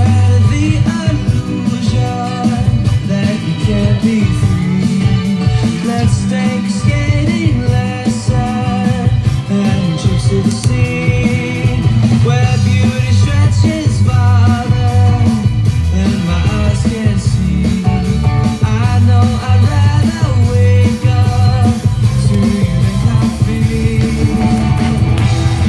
the illusion that you can be free. Let's take a skating lesson and trips to the sea, where beauty stretches farther than my eyes can see. I know I'd rather wake up to you than coffee.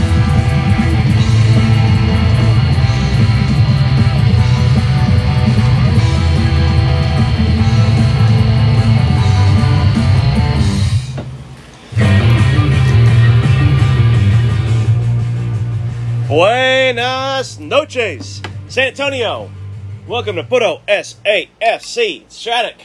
Buenas noches, San Antonio. Welcome to Puto SAFC. Stratic.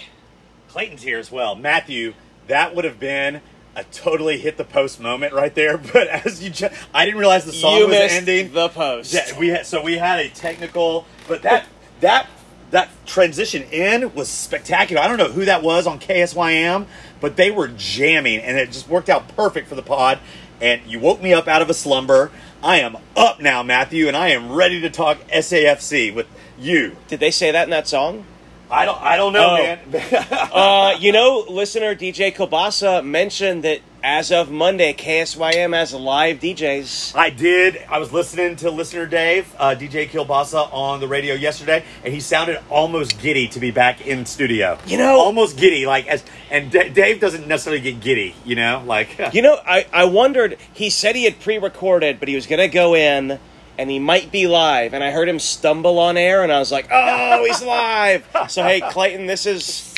Clayton's here as well. Matthew, that would have been a totally hit the post moment right there. But as you, ju- I didn't realize the song you was missed ending. the post. yeah, we had so we had a technical, but that that that transition in was spectacular. I don't know who that was on KSYM, but they were jamming, and it just worked out perfect for the pod. And you woke me up out of a slumber. I am up now, Matthew, and I am ready to talk SAFC with you. Did they say that in that song? I don't, I don't know, Oh. man. Uh, you know, listener DJ Kobasa mentioned that as of Monday, KSYM has live DJs. I did. I was listening to listener Dave, uh, DJ Kilbasa, on the radio yesterday, and he sounded almost giddy to be back in studio. You know- almost giddy. Like as, and D- Dave doesn't necessarily get giddy. You know, like You know, I, I wondered, he said he had pre recorded, but he was going to go in and he might be live. And I heard him stumble on air and I was like, oh, he's live. So, hey, Clayton, this is.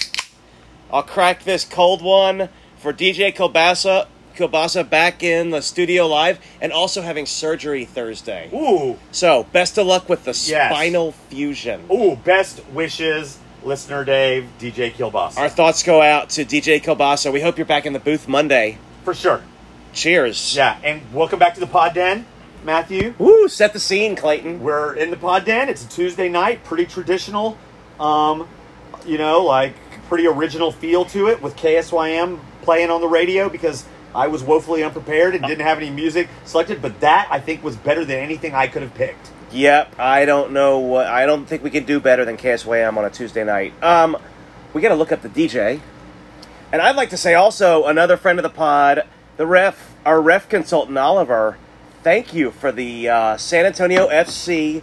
I'll crack this cold one for DJ Kilbasa, Kilbasa back in the studio live and also having surgery Thursday. ooh, So, best of luck with the Yes. spinal fusion. ooh. Best wishes, listener Dave, DJ Kilbasa, Our thoughts go out to DJ Kilbasa. We hope you're back in the booth Monday. for sure. Cheers. Yeah, and welcome back to the Pod Den, Matthew. Woo, set the scene, Clayton. We're in the pod den. It's a Tuesday night, pretty traditional, um, you know, like pretty original feel to it with KSYM playing on the radio because I was woefully unprepared and didn't have any music selected. But that I think was better than anything I could have picked. Yep, I don't know what. I don't think we can do better than KSYM on a Tuesday night. Um, we got to look up the DJ, and I'd like to say also another friend of the pod, the ref, our ref consultant Oliver. Thank you for the uh, San Antonio FC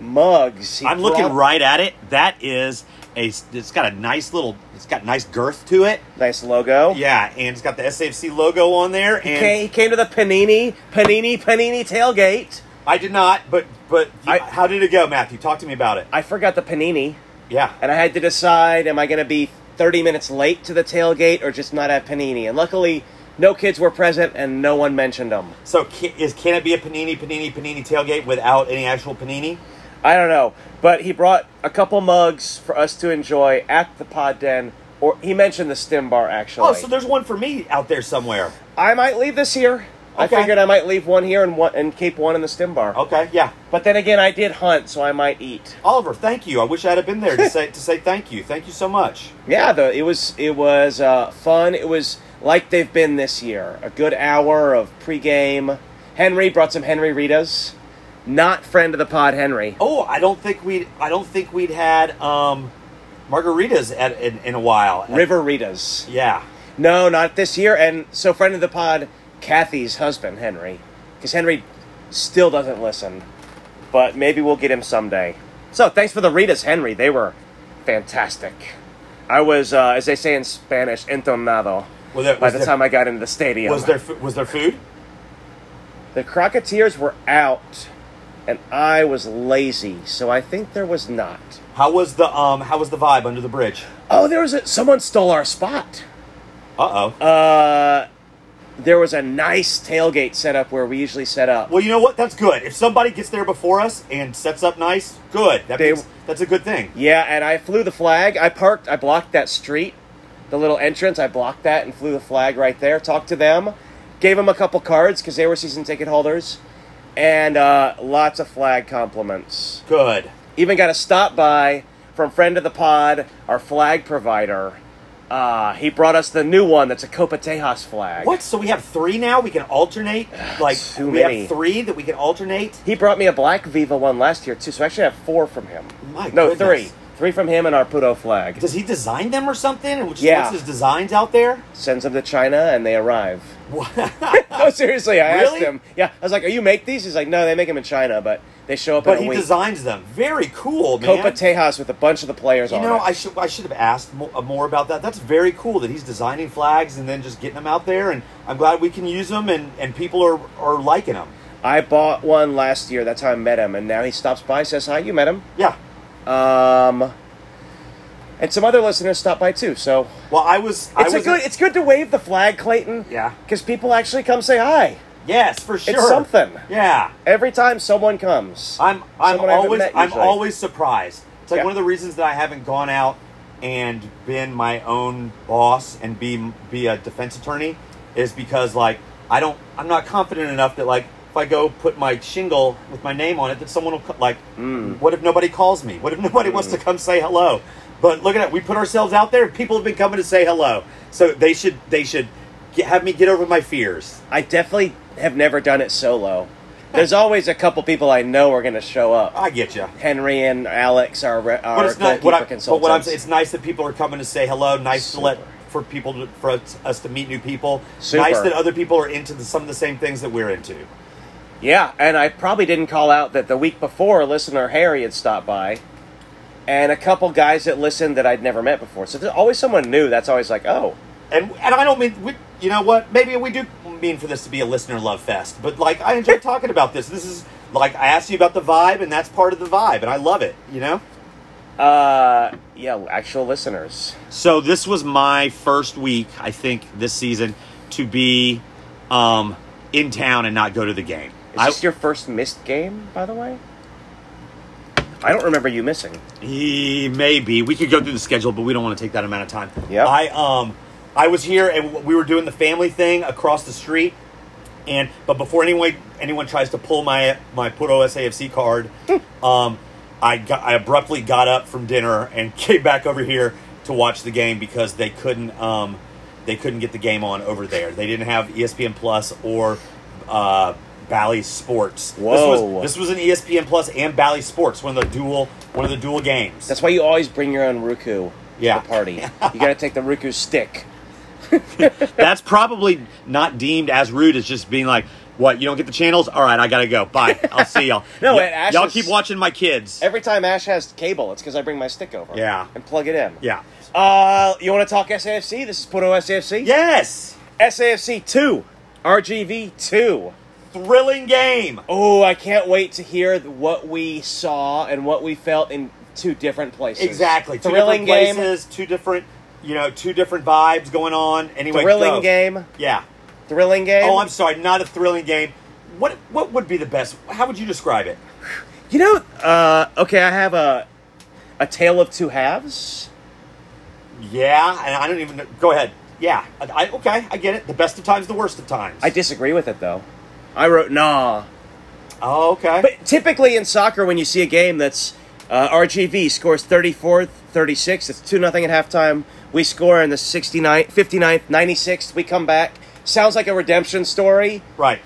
mugs. He I'm looking brought- right at it. That is a. It's got a nice little. It's got nice girth to it. Nice logo. Yeah, and it's got the SAFC logo on there. He And came, he came to the Panini, Panini, Panini tailgate. I did not, but but I- how did it go, Matthew? Talk to me about it. I forgot the Panini. Yeah. and I had to decide am I going to be 30 minutes late to the tailgate or just not have panini. And luckily, no kids were present and no one mentioned them. So can, is can it be a panini panini panini tailgate without any actual panini? I don't know, but he brought a couple mugs for us to enjoy at the pod den. Or he mentioned the stem bar actually. Oh, so there's one for me out there somewhere. I might leave this here. I Okay. Oh. figured I might leave one here and one and keep one in the stem bar. Okay, yeah. But then again, I did hunt, so I might eat. Oliver, thank you. I wish I'd have been there to say to say thank you. Thank you so much. Yeah, though it was it was uh, fun. It was like they've been this year. A good hour of pregame. Henry brought some Henry Ritas. Not friend of the pod, Henry. Oh, I don't think we I don't think we'd had um, margaritas at, in, in a while. River Ritas. Yeah. No, not this year. And so friend of the pod, Kathy's husband, Henry, because Henry still doesn't listen. But maybe we'll get him someday. So thanks for the Ritas, Henry. They were fantastic. I was, uh, as they say in Spanish, entonado. Was there- by was the there- time I got into the stadium, Was there fu- was there food? The Crocketeers were out, and I was lazy, so I think there was not. How was the um how was the vibe under the bridge? Oh, there was a, someone stole our spot. Uh oh. Uh, there was a nice tailgate setup where we usually set up. well, you know what? That's good. If somebody gets there before us and sets up nice, good. That They- means- that's a good thing. Yeah, and I flew the flag. I parked, I blocked that street, the little entrance. I blocked that and flew the flag right there. Talked to them, gave them a couple cards because they were season ticket holders, and uh, lots of flag compliments. Good. Even got a stop by from friend of the pod, our flag provider, Uh, he brought us the new one that's a Copa Tejas flag. What? So we have three now. We can alternate. Like too we many. have three that we can alternate. He brought me a black Viva one last year too, so I actually have four from him. My no, goodness. three. Three from him and our Puto flag. Does he design them or something? Or just Yeah. puts his designs out there. Sends them to China and they arrive. What? No, seriously, I asked Really? him. Yeah, I was like, "Are you make these?" He's like, "No, they make them in China, but they show up but in a he week." designs them. Very cool, man. Copa Tejas with a bunch of the players you on know, it. I should I should have asked mo- uh, more about that. That's very cool that he's designing flags and then just getting them out there. And I'm glad we can use them and, and people are, are liking them. I bought one last year. That's how I met him, and now he stops by, says hi. You met him, Yeah. um, and some other listeners stopped by too. So Well, I was. I it's a was good. It's good to wave the flag, Clayton. Yeah. because people actually come say hi yes, for sure. something. Yeah. every time someone comes. I'm I'm Someone I haven't always met I'm usually. always surprised. It's like Yeah. one of the reasons that I haven't gone out and been my own boss and be be a defense attorney is because like I don't I'm not confident enough that like if I go put my shingle with my name on it that someone will co- like Hmm. what if nobody calls me? What if nobody wants to come say hello? But look at it, we put ourselves out there. People have been coming to say hello, so they should they should get, have me get over my fears. I definitely have never done it solo. There's always a couple people I know are going to show up. I get you. Henry and Alex are re- our but it's not goalkeeper what I, consultants. but what I'm saying, it's nice that people are coming to say hello. Nice Super. to let for people to, for us- us to meet new people. Super. Nice that other people are into the, some of the same things that we're into. Yeah, and I probably didn't call out that the week before, listener Harry had stopped by, and a couple guys that listened that I'd never met before. So there's always someone new. That's always like, oh, And and I don't mean we, you know what? Maybe we do mean for this to be a listener love fest. But like I enjoy talking about this. This is like I asked you about the vibe, and that's part of the vibe, and I love it. You know. uh, yeah, actual listeners. So this was my first week, I think, this season to be um, in town and not go to the game. Is this your first missed game, by the way? I don't remember you missing. Eh, Maybe we could go through the schedule, but we don't want to take that amount of time. Yep. I um, I was here and we were doing the family thing across the street, and but before anyone anyone tries to pull my my Puto SAFC card, um, I got I abruptly got up from dinner and came back over here to watch the game because they couldn't um, they couldn't get the game on over there. They didn't have E ESPN Plus or uh, Bally Sports. This Whoa. was, this was E an ESPN Plus and Bally Sports, one of the dual one of the dual games. That's why you always bring your own Ruku Yeah. to the party. You got to take the Ruku stick. That's probably not deemed as rude as just being like, "What? You don't get the channels? All right, I gotta go. Bye. I'll see y'all." No, Y- it actually- y'all keep watching my kids. Every time Ash has cable, it's because I bring my stick over. Yeah. And plug it in. yeah. Uh, you want to talk SAFC? This is Puto SAFC. Yes. SAFC 2, RGV 2. Thrilling game. Oh, I can't wait to hear th- what we saw and what we felt in two different places. Exactly. Two Thrilling different game. places. Two different, you know, two different vibes going on. Anyway, Thrilling go. game. Yeah. Thrilling game. Oh, I'm sorry. Not a thrilling game. What? What would be the best? How would you describe it? You know, uh, okay, I have a, a tale of two halves. Yeah, and I don't even. know- Go ahead. Yeah. I, I- okay, I get it. The best of times, the worst of times. I disagree with it, though. I wrote, nah. Oh, okay. But typically in soccer, when you see a game that's uh, RGV scores 34th, 36th, it's 2 0 at halftime. We score in the 69th, 59th, 96th. We come back. Sounds like a redemption story. right.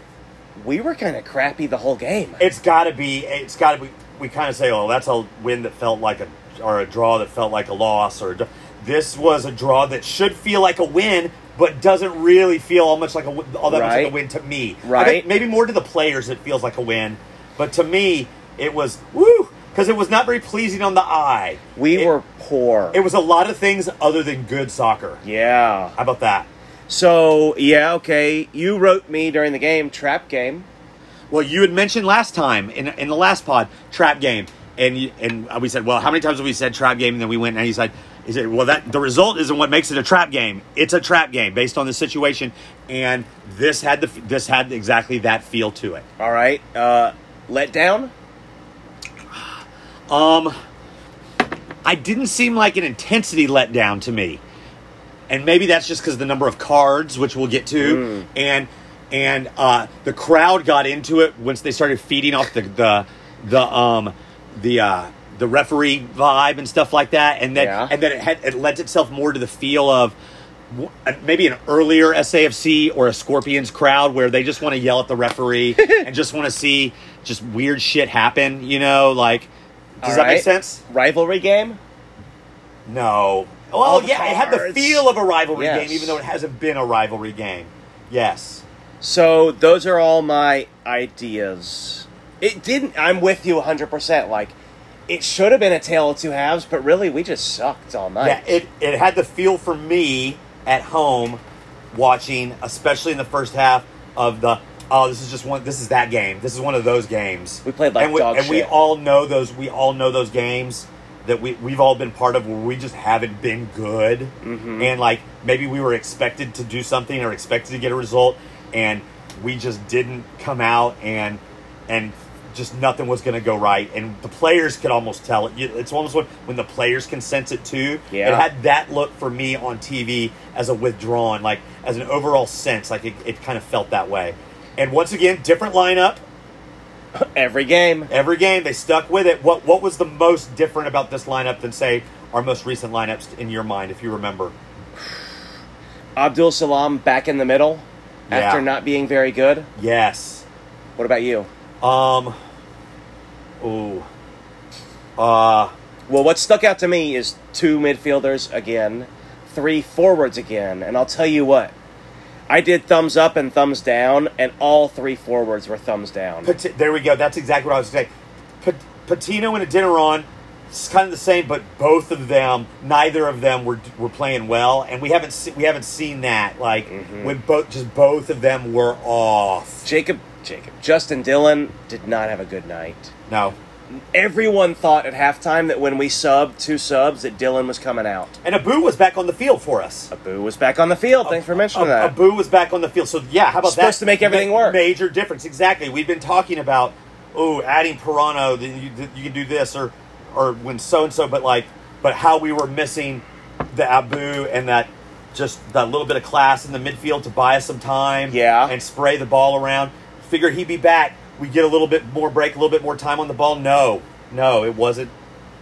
We were kind of crappy the whole game. it's got to be it's got to be we kind of say oh that's a win that felt like a or a draw that felt like a loss or a d- this was a draw that should feel like a win but doesn't really feel all much like a win- all that much like Right. a win to me I think Right. maybe more to the players it feels like a win but to me it was woo because it was not very pleasing on the eye we It- were poor. it was a lot of things other than good soccer yeah. how about that So, yeah, okay. You wrote me during the game, trap game. Well, you had mentioned last time in, in the last pod trap game, and you, and we said, well, how many times have we said trap game? And then we went and you said, is it well that the result isn't what makes it a trap game? It's a trap game based on the situation, and this had the this had exactly that feel to it. All right. Uh, let down? Um, I didn't seem like an intensity letdown to me, and maybe that's just because the number of cards, which we'll get to, and and uh, the crowd got into it once they started feeding off the the the um the uh, the referee vibe and stuff like that, and then Yeah. and then it had it lent itself more to the feel of w- uh, maybe an earlier SAFC or a Scorpions crowd where they just want to yell at the referee and just want to see just weird shit happen. You know, like does All that make right. sense? Rivalry game? No. Well, All the yeah, it had the cards. feel of a rivalry Yes. game, even though it hasn't been a rivalry game. Yes. So those are all my ideas. It didn't. I'm with you 100. percent Like it should have been a tale of two halves, but really we just sucked all night. Yeah, it, it had the feel for me at home watching, especially in the first half of the oh, this is just one this is that game. This is one of those games. We played like and we, dog and we shit. all know those we all know those games that we we've all been part of where we just haven't been good. And like maybe we were expected to do something or expected to get a result and we just didn't come out and and just nothing was going to go right and the players could almost tell it You- it's almost when, when the players can sense it too Yeah. it had that look for me on TV as a withdrawn, like as an overall sense, like it, it kind of felt that way. And once again, different lineup Every game. every game. They stuck with it. What what was the most different about this lineup than say our most recent lineups in your mind, if you remember? Abdul Salam back in the middle Yeah. after not being very good. Yes. What about you? Um. Ooh. Uh. Well, what stuck out to me is two midfielders again, three forwards again, and I'll tell you what. I did thumbs up and thumbs down, and all three forwards were thumbs down. Pat- there we go. That's exactly what I was saying. Pat- Patino and Adinaron, it's kind of the same, but both of them, neither of them were were playing well, and we haven't se- we haven't seen that like when both just both of them were off. Jacob, Jacob, Justin Dillon did not have a good night. No, Everyone thought at halftime that when we subbed two subs that Dillon was coming out. and Abu was back on the field for us. Boo was back on the field. Thanks for mentioning A- that. Abu was back on the field. So yeah, how about that? Supposed to make everything work. Major difference. Exactly. We've been talking about oh, adding Pirano, then you, you can do this or or when so and so, but like, but how we were missing the Abu and that just that little bit of class in the midfield to buy us some time. Yeah. and spray the ball around. Figure he'd be back. We get a little bit more break, a little bit more time on the ball. No, no, it wasn't.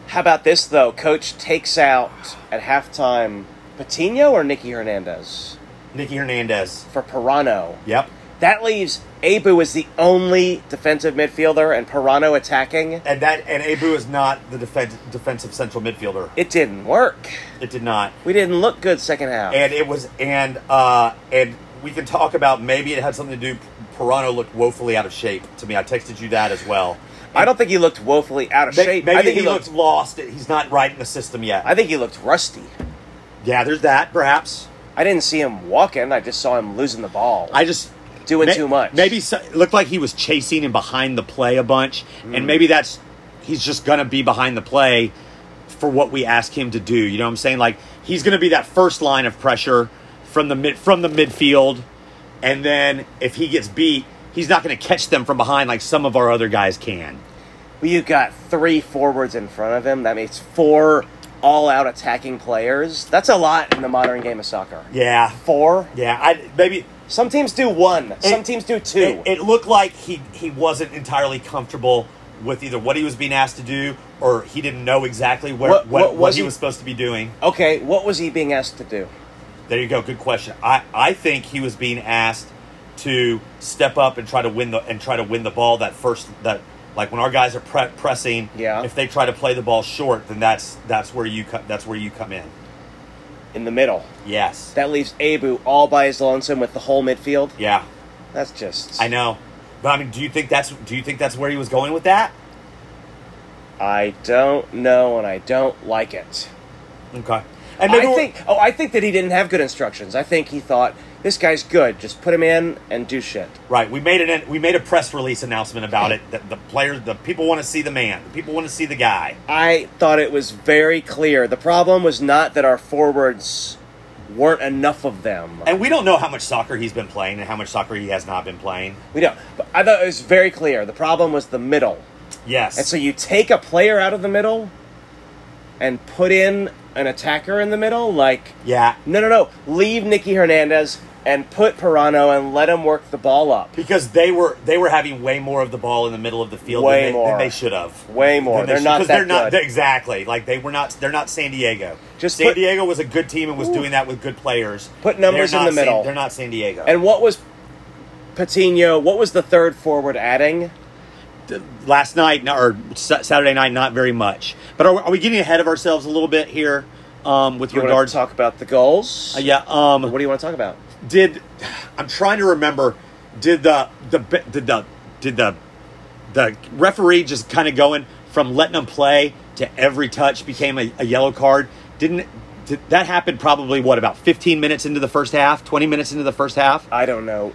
How about this though? Coach takes out at halftime Patino or Nicky Hernandez Nicky Hernandez. for Pirano. Yep. That leaves Abu as the only defensive midfielder and Pirano attacking. And that and Abu is not the defense, defensive central midfielder. It didn't work. It did not. We didn't look good second half. and it was and uh and we can talk about maybe it had something to do Pirano looked woefully out of shape to me. I texted you that as well. I don't think he looked woefully out of May- shape. Maybe I think he, looked, lost. He's not right in the system yet. I think he looked rusty. yeah, there's that perhaps. I didn't see him walking. I just saw him losing the ball. I just Doing too much. Maybe so, it looked like he was chasing and behind the play a bunch, and maybe that's he's just gonna be behind the play for what we ask him to do. You know what I'm saying? Like he's gonna be that first line of pressure from the mid from the midfield, and then if he gets beat, he's not gonna catch them from behind like some of our other guys can. Well, you got three forwards in front of him. That means four all-out attacking players. That's a lot in the modern game of soccer. Yeah, Four. yeah. I maybe Some teams do one. Some teams do two. It, it looked like he he wasn't entirely comfortable with either what he was being asked to do, or he didn't know exactly where, What- what, what what, was he he- was supposed to be doing. okay, what was he being asked to do? There you go. Good question. I, I think he was being asked to step up and try to win the and try to win the ball that first that like when our guys are pre- pressing. Yeah. If they try to play the ball short, then that's that's where you co- that's where you come in. In the middle. Yes. That leaves Abu all by his lonesome with the whole midfield. yeah. That's just. I know. But I mean, do you think that's do you think that's where he was going with that? I don't know, and I don't like it. Okay. And I we're- think. Oh, I think that he didn't have good instructions. I think he thought this guy's good. Just put him in and do shit. Right, we made an we made a press release announcement about it. That the players, the people want to see the man. The people want to see the guy. I thought it was very clear. The problem was not that our forwards weren't enough of them. And we don't know how much soccer he's been playing and how much soccer he has not been playing. We don't. But I thought it was very clear. The problem was the middle. Yes, And so you take a player out of the middle and put in an attacker in the middle. Like, yeah, no, no, no. Leave Nicky Hernandez. and put Pirano and let him work the ball up. because they were they were having way more of the ball in the middle of the field Way than, they, more. than they should have. Way more. Than they They're should- not 'cause that they're not good. exactly like they were not. They're not San Diego. Just San put- Diego was a good team and was doing that with good players. Put numbers They're in not the middle. San, they're not San Diego. And what was Patino? What was the third forward adding? last night no- or Sa- Saturday night, not very much. But are, we- are we getting ahead of ourselves a little bit here um, with You want regards? to talk about the goals? Uh, yeah. Um, What do you want to talk about? did I'm trying to remember did the the did the did the the referee just kind of going from letting them play to every touch became a, a yellow card didn't did, that happened probably what about 15 minutes into the first half 20 minutes into the first half I don't know.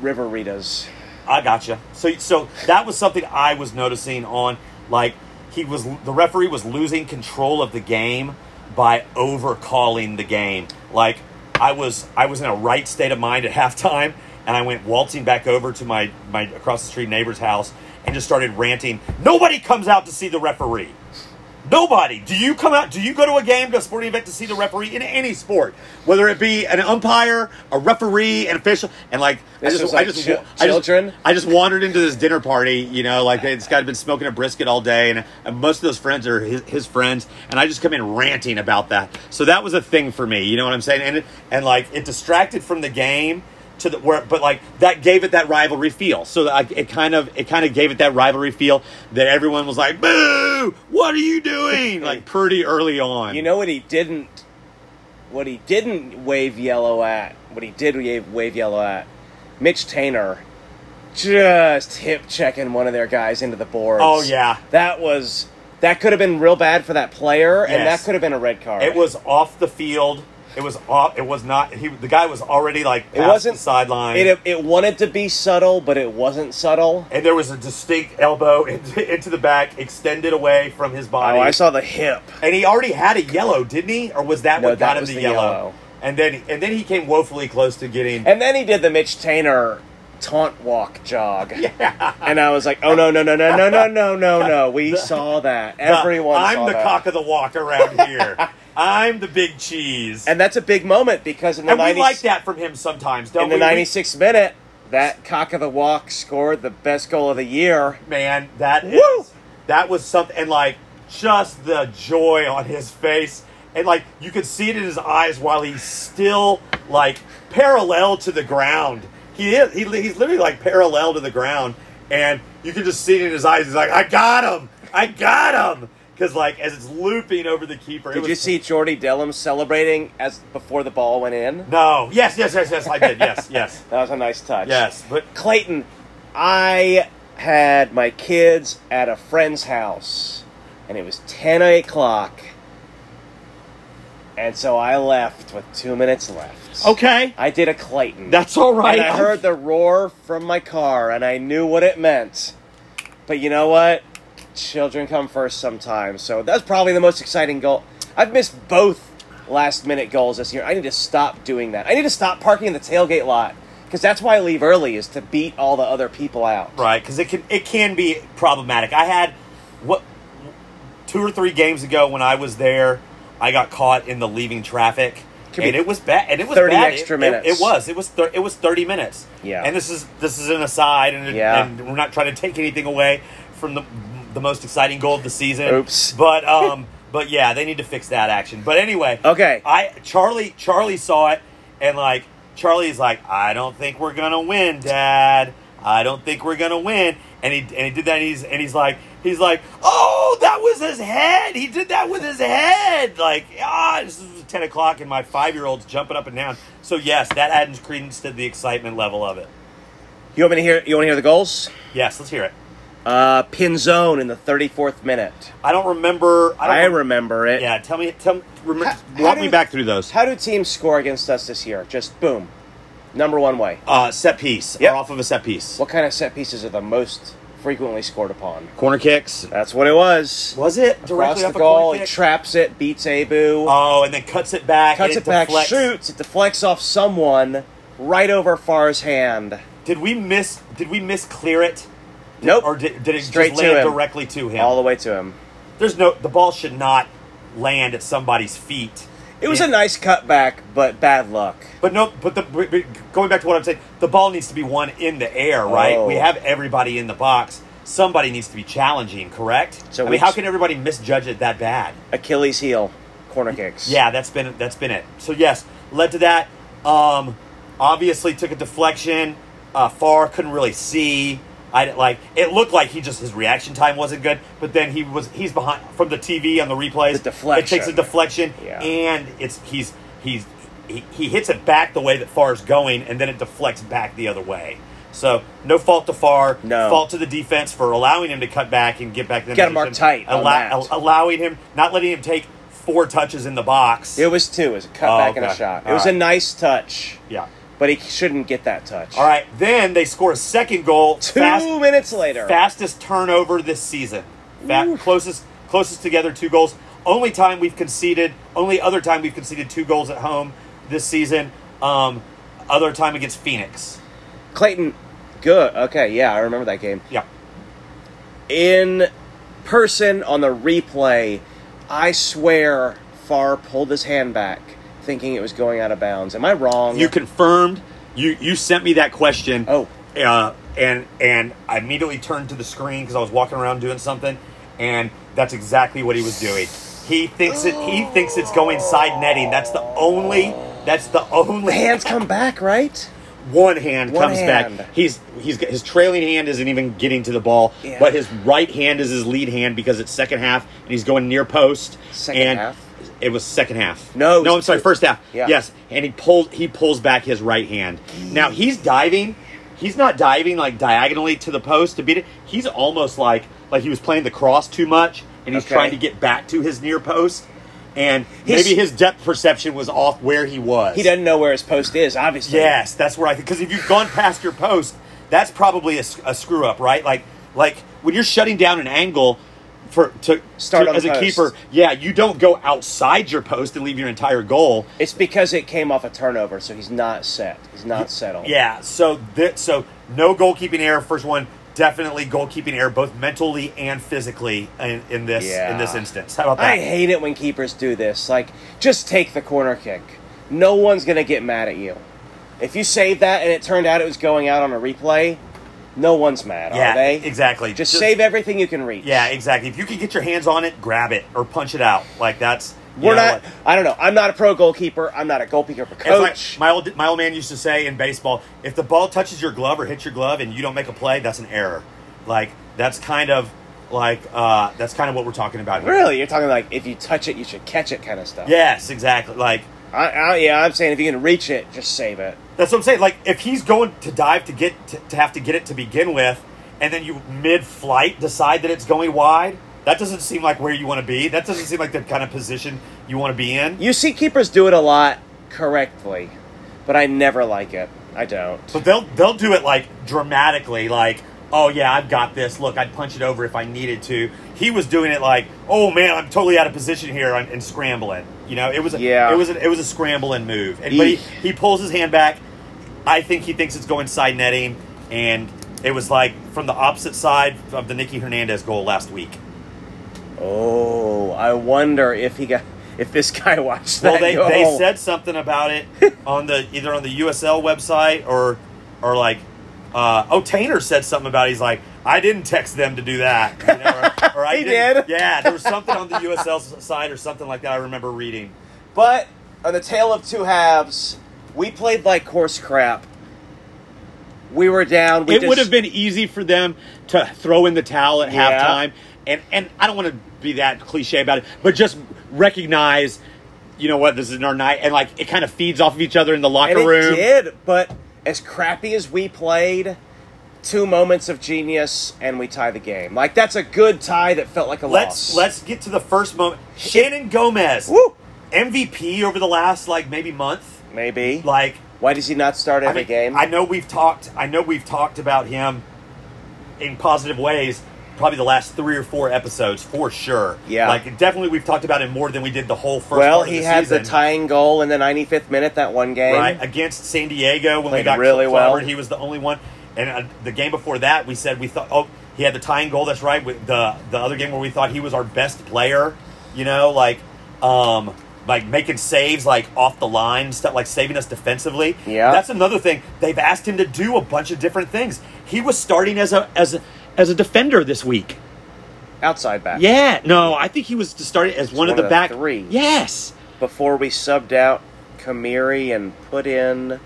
River Rita's. I gotcha. So so that was something I was noticing on like he was the referee was losing control of the game by over calling the game. Like I was I was in a right state of mind at halftime and I went waltzing back over to my my across the street neighbor's house and just started ranting, "Nobody comes out to see the referee." Nobody. Do you come out? Do you go to a game, to a sporting event, to see the referee in any sport, whether it be an umpire, a referee, an official, and like This I just, was like I just, chi- wa- I just- children? I just wandered into this dinner party, you know, like this guy had been smoking a brisket all day, and, and most of those friends are his, his friends, and I just come in ranting about that. So that was a thing for me, you know what I'm saying? And it, and like it distracted from the game to the where, but like that gave it that rivalry feel. So I, it kind of it kind of gave it that rivalry feel that everyone was like, "Boo! What are you doing?" Like pretty early on, You know what he didn't. What he didn't wave yellow at. What he did wave, wave yellow at. Mitch Tainer just hip checking one of their guys into the boards. Oh, yeah. that was that could have been real bad for that player, and Yes. that could have been a red card. It was off the field. It was off. It was not. He the guy was already like It past wasn't the sideline. It it wanted to be subtle, but it wasn't subtle. and there was a distinct elbow into, into the back, extended away from his body. Oh, I saw the hip. And he already had a yellow, didn't he? Or was that No, what got that him was the, the yellow? yellow. And then and then he came woefully close to getting. And then he did the Mitch Tainer taunt walk jog. Yeah. And I was like, oh no, no, no, no, no, no, no, no, no. We saw that. Uh, Everyone I'm saw the that. cock of the walk around here. I'm the big cheese. And that's a big moment because in the And we 90s like that from him sometimes, don't in the we? We- 96th minute, that cock of the walk scored the best goal of the year. man, that is Woo! that was something, and like just the joy on his face, and like you could see it in his eyes while he's still like parallel to the ground. He is he, he's literally like parallel to the ground, and you can just see it in his eyes. He's like, I got him, I got him, because like as it's looping over the keeper. it Did was, you see Jordy Dillum celebrating as before the ball went in? No. Yes. Yes. Yes. Yes. I did. Yes. Yes. That was a nice touch. Yes. But Clayton, I had my kids at a friend's house, and it was 10 o'clock, and so I left with two minutes left. okay, I did a Clayton. that's all right. And I heard the roar from my car, and I knew what it meant. But you know what? Children come first sometimes, so that's probably the most exciting goal. I've missed both last-minute goals this year. I need to stop doing that. I need to stop parking in the tailgate lot because that's why I leave early is to beat all the other people out. Right, because it can it can be problematic. I had what two or three games ago when I was there, I got caught in the leaving traffic, Could be and it was bad. And it was 30 bad. extra It- it- minutes. It, was. It was. Thir- it was thirty minutes. Yeah. And this is this is an aside, and, it- Yeah. and we're not trying to take anything away from the the most exciting goal of the season. Oops. But um, but yeah, they need to fix that action. But anyway, Okay. I Charlie Charlie saw it and like Charlie's like I don't think we're gonna win, Dad. I don't think we're gonna win. And he and he did that. And he's and he's like he's like oh that was his head. He did that with his head. Like ah this is ten o'clock and my five year old's jumping up and down. So yes, that adds credence to the excitement level of it. You want me to hear? You want to hear the goals? Yes, let's hear it. Uh, pin zone in the 34th minute. I don't remember. I, don't I remember it. Yeah, tell me. Tell me. Remember, How- how walk do me you- back through those. How do teams score against us this year? Just boom, number one way. Uh, set piece. Yep. Or off of a set piece. What kind of set pieces are the most frequently scored upon? Corner kicks. That's what it was. Was it Across directly the off a corner goal, he kick? traps it, beats Abu, Oh, and then cuts it back. cuts and it back, deflects. shoots, it deflects off someone, right over Far's hand. Did we miss? Did we miss clear it? Did- Nope. Or did, did it Straight just land to him. directly to him? All the way to him. There's no. The ball should not land at somebody's feet. It was Yeah. a nice cutback, but bad luck. But no, but the but- but going back to what I'm saying, the ball needs to be won in the air, right? Oh. We have everybody in the box. Somebody needs to be challenging, correct? So I we- mean, how can everybody misjudge it that bad? Achilles heel, corner kicks. Yeah, that's been that's been it. So yes, led to that. Um, obviously took a deflection. Uh, far couldn't really see. I didn't like. It looked like he just his reaction time wasn't good. But then he was he's behind from the TV on the replays. The deflection. It takes a deflection, Yeah. and it's he's he's he, he hits it back the way that Far's going, and then it deflects back the other way. So no fault to Far. No. fault to the defense for allowing him to cut back and get back. in the Gotta mark position. tight on that. al- allowing him, not letting him take four touches in the box. It was two. It was a cutback and a Oh, okay. shot. It All was a right. nice touch, yeah. but he shouldn't get that touch. All right. Then they score a second goal. Two fast- minutes later. Fastest turnover this season. Fa- closest closest together two goals. Only time we've conceded. Only other time we've conceded two goals at home this season. Um, other time against Phoenix. Clayton, good. Okay, yeah, I remember that game. Yeah. in person on the replay, I swear Farr pulled his hand back thinking it was going out of bounds. Am I wrong? You confirmed. You you sent me that question. Oh. Uh, and and I immediately turned to the screen because I was walking around doing something, and that's exactly what he was doing. He thinks it. He thinks it's going side netting. That's the only. That's the only The hands come back, right? one hand One comes hand. back. He's he's got- his trailing hand isn't even getting to the ball, Yeah. but his right hand is his lead hand because it's second half and he's going near post. Second and half? It was second half. No, it no, was I'm sorry, two. first half. Yeah. Yes, and he pulls he pulls back his right hand. Now he's diving. He's not diving like diagonally to the post to beat it. He's almost like like he was playing the cross too much and he's Okay. trying to get back to his near post. And His- maybe his depth perception was off where he was. He doesn't know where his post is, obviously. Yes, that's where I think because if you've gone past your post, that's probably a, s- a screw up, right? Like like when you're shutting down an angle for to Start to- on as post. a keeper, yeah, you don't go outside your post and leave your entire goal. It's because it came off a turnover, so he's not set. He's not settled. Yeah, so that so no goalkeeping error. First one, definitely goalkeeping error, both mentally and physically in, in this Yeah. in this instance. How about that? I hate it when keepers do this. Like, just take the corner kick. No one's going to get mad at you. If you save that and it turned out it was going out on a replay, no one's mad, Yeah, are they? exactly. Just, Just- save everything you can reach. yeah, exactly. If you can get your hands on it, grab it or punch it out. Like that's you We're know, not. like- I don't know. I'm not a pro goalkeeper. I'm not a goalkeeper It's coach. like my old my old man used to say in baseball, if the ball touches your glove or hits your glove and you don't make a play, that's an error. Like that's kind of like uh, that's kind of what we're talking about. Here. really, you're talking like if you touch it, you should catch it, kind of stuff. Yes, exactly. Like I, I, yeah, I'm saying if you can reach it, just save it. that's what I'm saying. Like if he's going to dive to get to, to have to get it to begin with, and then you mid flight decide that it's going wide. That doesn't seem like where you want to be. That doesn't seem like the kind of position you want to be in. You see keepers do it a lot correctly, but I never like it. I don't. But they'll they'll do it like dramatically, like, oh yeah, I've got this. Look, I'd punch it over if I needed to. He was doing it like, oh man, I'm totally out of position here and, and scrambling. You know, it was a, Yeah. it was a, it was a scrambling move. And but he, Eek. he pulls his hand back. I think he thinks it's going side netting, and it was like from the opposite side of the Nicky Hernandez goal last week. Oh, I wonder if he got if this guy watched that. Well, they, goal. they said something about it on the either on the USL website or or like uh, oh Tainer said something about it. he's like I didn't text them to do that. You know, or, or I He didn't- did. Yeah, there was something on the USL side or something like that. I remember reading. But on the tail of two halves, we played like horse crap. We were down. We it would just- have been easy for them to throw in the towel at Yeah. halftime, and and I don't want to be that cliche about it, but just recognize. You know what? This is our night, and like it kind of feeds off of each other in the locker And it room. did, but as crappy as we played, two moments of genius and we tie the game. Like that's a good tie that felt like a Let's loss. let's get to the first moment. Shannon Gomez, Woo! MVP over the last like maybe month. maybe. Like Why does he not start I every mean, game? I know we've talked. I know we've talked about him in positive ways. Probably the last three or four episodes for sure. Yeah. like definitely we've talked about him more than we did the whole first. well, part of he the had season, the tying goal in the 95th minute that one game. right against San Diego when we Played got really really well. He was the only one, and uh, the game before that we said we thought oh he had the tying goal. That's right. With the the other game where we thought he was our best player, you know, like um, like making saves like off the line stuff like saving us defensively Yeah. that's another thing they've asked him to do a bunch of different things he was starting as a as a as a defender this week outside back. yeah no i think he was just starting as one, one of the of the back three. yes Before we subbed out Kamiri and put in.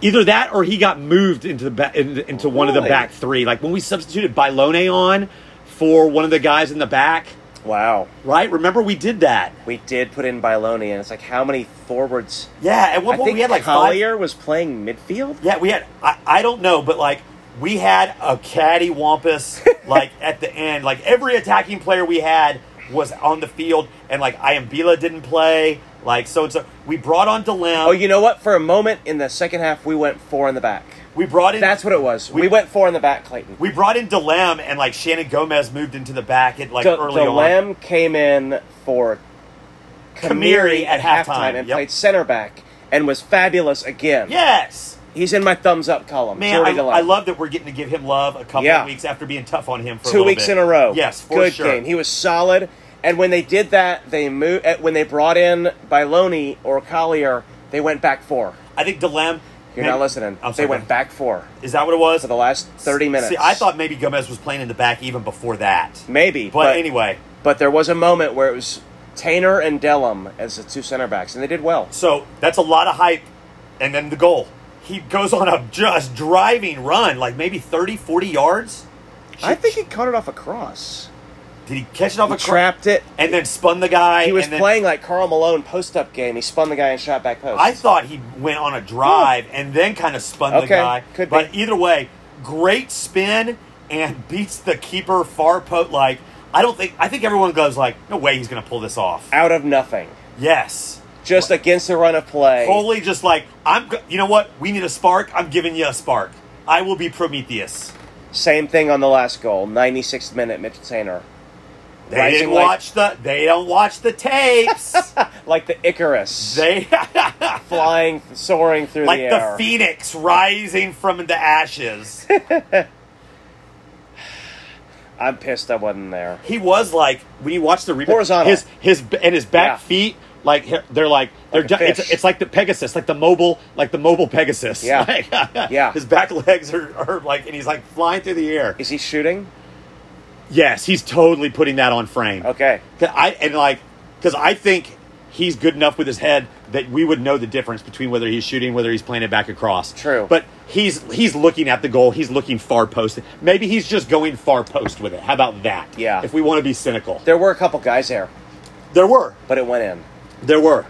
either that or he got moved into the back into, into one of the Really? back three like when we substituted Bilone on for one of the guys in the back Wow. right remember we did that We did put in Bailoni, and it's like how many forwards? yeah at one I point think we had like five Collier was playing midfield. Yeah, we had. I, I don't know, but like we had a caddy wampus like at the end. Like every attacking player we had was on the field, and like Iambila didn't play. Like so and so, we brought on Delem. Oh, you know what? For a moment in the second half, we went four in the back. we brought in. That's what it was. We, We- went four in the back, Clayton. we brought in Delem, and like Shannon Gomez moved into the back at like the, early the on. Lamb came in for Kamiri at halftime and Yep. played center back and was fabulous again. Yes. He's in my thumbs up column. Man, Jordy I, Delem. I love that we're getting to give him love a couple Yeah. of weeks after being tough on him for a two little weeks bit. in a row. Yes, for good sure. game. He was solid. And when they did that, they moved. When they brought in Biloni or Collier, they went back four. I think Delem. You're not listening. I'm they sorry, go went ahead. back four Is that what it was? for the last thirty minutes. See, I thought maybe Gomez was playing in the back even before that. maybe, But, but, anyway, but there was a moment where it was Tainer and Dellum as the two center backs, and they did well. so that's a lot of hype. And then the goal. He goes on a just driving run, like maybe 30, 40 yards. I think he caught it off a cross. Did he catch it off He a trap trapped it. and then spun the guy? He was and then- playing like Carl Malone post up game. He spun the guy and shot back post. I thought he went on a drive and then kind of spun the Okay, guy. could but be. either way, great spin and beats the keeper far post. Like, I don't think, I think everyone goes, like, no way he's going to pull this off. out of nothing, Yes. just against the run of play. Foley just like I'm. g- You know what? We need a spark. I'm giving you a spark. I will be Prometheus. Same thing on the last goal, 96th minute, Mitch Tanner. They Rising didn't like- watch the. They don't watch the tapes. Like the Icarus. they flying, soaring through like the the air. phoenix rising from the ashes. I'm pissed I wasn't there. he was like when you watch the replay, Horizontal. His his b- and his back Yeah. feet. Like he- they're like they're a done it's, fish. it's like the Pegasus, like the mobile, like the mobile Pegasus. Yeah. Like, Yeah. His back legs are, are like, and he's like flying through the air. Is he shooting? Yes, he's totally putting that on frame. Okay. 'Cause I and like because I think he's good enough with his head that we would know the difference between whether he's shooting, whether he's playing it back across. True. but he's he's looking at the goal. He's looking far post. Maybe he's just going far post with it. How about that? Yeah. If we want to be cynical, there, There were a couple guys there, were but it went in. there were.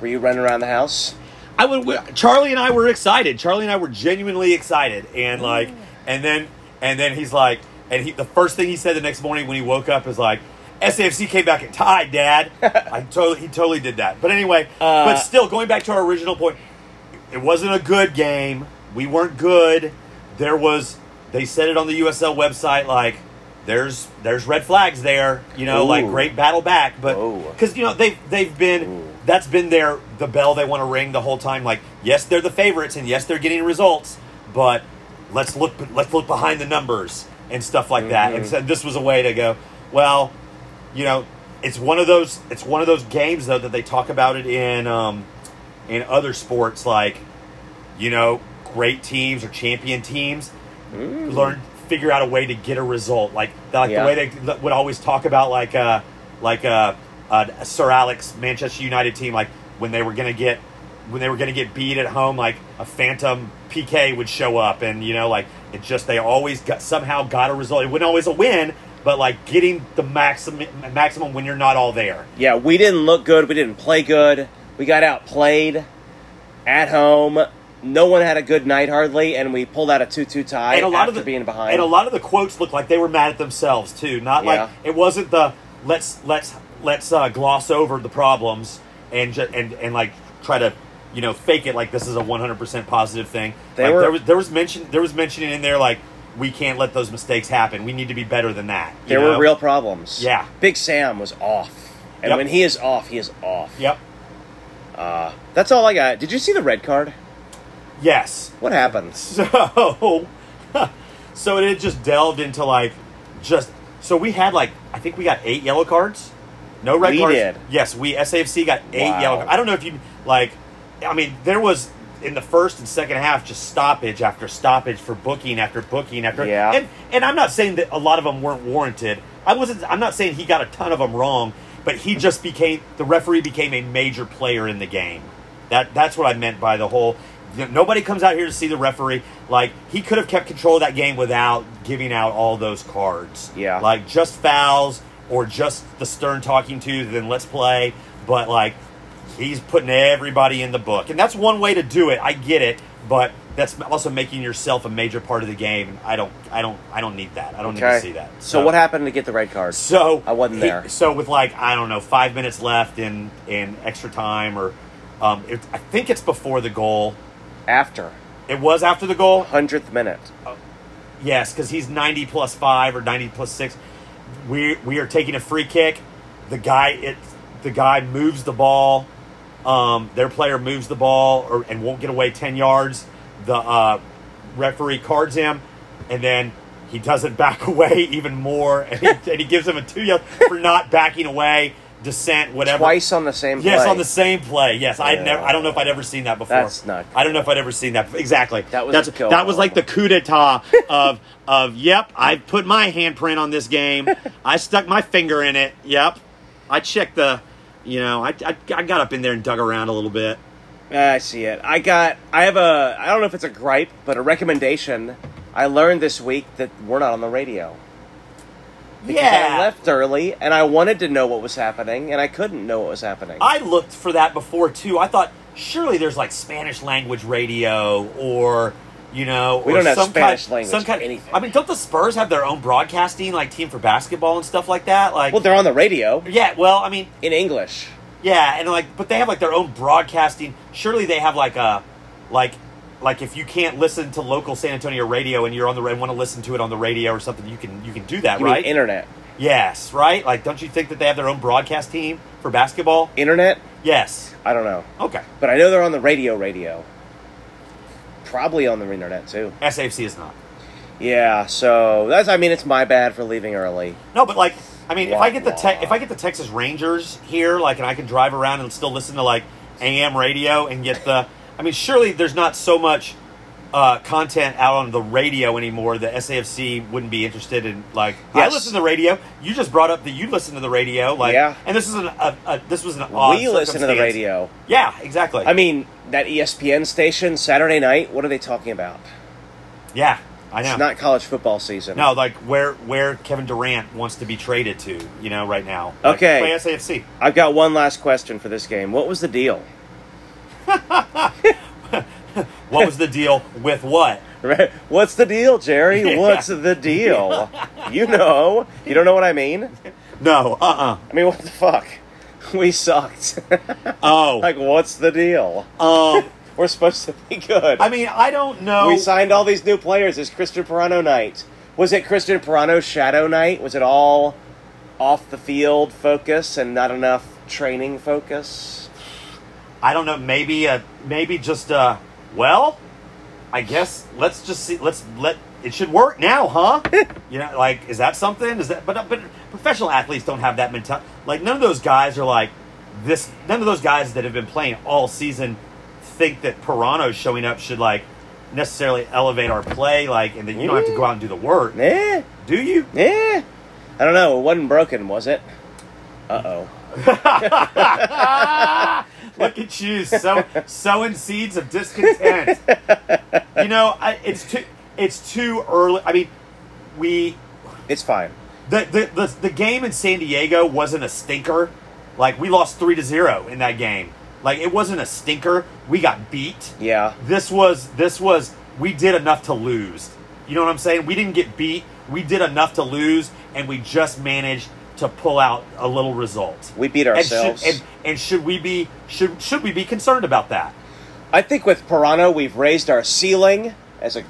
Were you running around the house? I would. we- Charlie and I were excited. Charlie and I were genuinely excited, and like, and then and then he's like, and he the first thing he said the next morning when he woke up is like, SAFC came back and tied, Dad. I totally he totally did that. But anyway, but still going back to our original point, it wasn't a good game. We weren't good. There was they said it on the USL website like there's there's red flags there, you know, like Ooh. great battle back, but Whoa. cuz you know they they've been that's been their the bell they want to ring the whole time like yes, they're the favorites and yes, they're getting results, but let's look let's look behind the numbers and stuff like that. And so this was a way to go, well, you know, it's one of those it's one of those games though that they talk about it in um, in other sports like you know great teams or champion teams learn figure out a way to get a result like the, like Yeah. the way they th- would always talk about like uh like uh, uh Sir Alex Manchester United team like when they were gonna get when they were gonna get beat at home like a phantom PK would show up and you know like it just they always got somehow got a result it wasn't always a win but like getting the maximum maximum when you're not all there Yeah, we didn't look good. We didn't play good. We got outplayed at home. No one had a good night hardly, and we pulled out a two-two tie after being behind. And a lot of the quotes looked like they were mad at themselves too. Not Yeah. like it wasn't the let's let's let's uh, gloss over the problems and ju- and and like try to you know fake it like this is a 100% positive thing. They like were- there was there was mention there was mentioning in there like we can't let those mistakes happen. We need to be better than that. you there know? were real problems. Yeah. Big Sam was off, and Yep. when he is off, he is off. Yep. That's all I got. Did you see the red card? Yes. What happens? So, so it had just delved into like just so we had like I think we got eight yellow cards. No red We cards. did. Yes, we SAFC got eight Wow. yellow. I don't know if you like. I mean, there was in the first and second half just stoppage after stoppage for booking after booking after. Yeah. And and I'm not saying that a lot of them weren't warranted. I wasn't. I'm not saying he got a ton of them wrong, but he just became the referee became a major player in the game. That that's what I meant by the whole. you know, Nobody comes out here to see the referee. Like he could have kept control of that game without giving out all those cards. Yeah. Like like just fouls or just the stern talking to, then let's play. But like he's putting everybody in the book, and that's one way to do it. I get it, but that's also making yourself a major part of the game. And I don't, I don't, I don't need that. I don't need to see that. So, what happened to get the red card? So I wasn't he- there. So with like I don't know five minutes left in in extra time, or um, it, I think it's before the goal. After It was after the goal. hundredth minute, Yes, because he's ninety plus five or ninety plus six. We we are taking a free kick. The guy it the guy moves the ball. Um, their player moves the ball or, and won't get away ten yards. The uh, referee cards him, and then he doesn't back away even more, and he, and he gives him a two yard for not backing away, descent, whatever. twice on the same. Yes, play. on the same play. Yes, I Yeah. never. I don't know if I'd ever seen that before. That's not I don't know if I'd ever seen that. Exactly. That was That's, a kill that was bomb. like the coup d'état of of yep. I put my handprint on this game. I stuck my finger in it. Yep. I checked the. You know, I, I I got up in there and dug around a little bit. Ah, I see it. I got. I have a. I don't know if it's a gripe, but a recommendation. I learned this week that we're not on the radio. Because I left early, and I wanted to know what was happening, and I couldn't know what was happening. I looked for that before too. I thought surely there's like Spanish language radio or you know We or don't have some Spanish kind, language some kind anything. I mean, don't the Spurs have their own broadcasting like team for basketball and stuff like that? Like well, they're on the radio yeah, well, I mean, in English. yeah, and like, but they have like their own broadcasting. Surely they have like a, like, like if you can't listen to local San Antonio radio and you're on the and want to listen to it on the radio or something, you can you can do that, You right? mean internet? yes, right. Like, don't you think that they have their own broadcast team for basketball? Internet? Yes. I don't know, Okay. but I know they're on the radio. Radio. Probably on the internet too. SAFC is not. Yeah. So that's. I mean, it's my bad for leaving early. No, but like, I mean, if I get the Wah, te- wah. if I get the Texas Rangers here, like, and I can drive around and still listen to like AM radio and get the, I mean, surely there's not so much uh, content out on the radio anymore that SAFC wouldn't be interested in. Like, I Yes. listen to the radio. You just brought up that you listen to the radio, like, Yeah. and this is an a, a, this was an odd we listen to the circumstance. radio. Yeah, exactly. I mean, that E ESPN station Saturday night. What are they talking about? yeah, I know. It's not college football season. no, like where where Kevin Durant wants to be traded to, you know, right now. Like, Okay. play SAFC. I've got one last question for this game. What was the deal? What was the deal with what? Right? What's the deal, Jerry? Yeah. What's the deal? you know. You don't know what I mean? No, uh I mean, what the fuck? We sucked. uh Oh. like, what's the deal? um, We're supposed to be good. I mean, I don't know. we signed all these new players. It's Christian Pirano night. Was it Christian Pirano's shadow night? Was it all off the field focus and not enough training focus? I don't know. Maybe, uh, maybe just, uh, well, I guess let's just see. Let's let it should work now, huh? you know, like, is that something? Is that, but, but professional athletes don't have that mentality. Like, none of those guys are like this. None of those guys that have been playing all season think that Pirano showing up should, like, necessarily elevate our play, like, and that you don't have to go out and do the work. Eh, Do you? eh. I don't know. It wasn't broken, was it? Uh oh. Look at you, sow, sowing seeds of discontent. you know, I, it's too it's too early. I mean, we It's fine. the, the the the game in San Diego wasn't a stinker. Like we lost three to zero in that game. Like it wasn't a stinker. We got beat. Yeah. This was this was we did enough to lose. You know what I'm saying? We didn't get beat. We did enough to lose, and we just managed to pull out a little result. We beat ourselves. And should, and, and should we be should should we be concerned about that? I think with Pirano, we've raised our ceiling as a,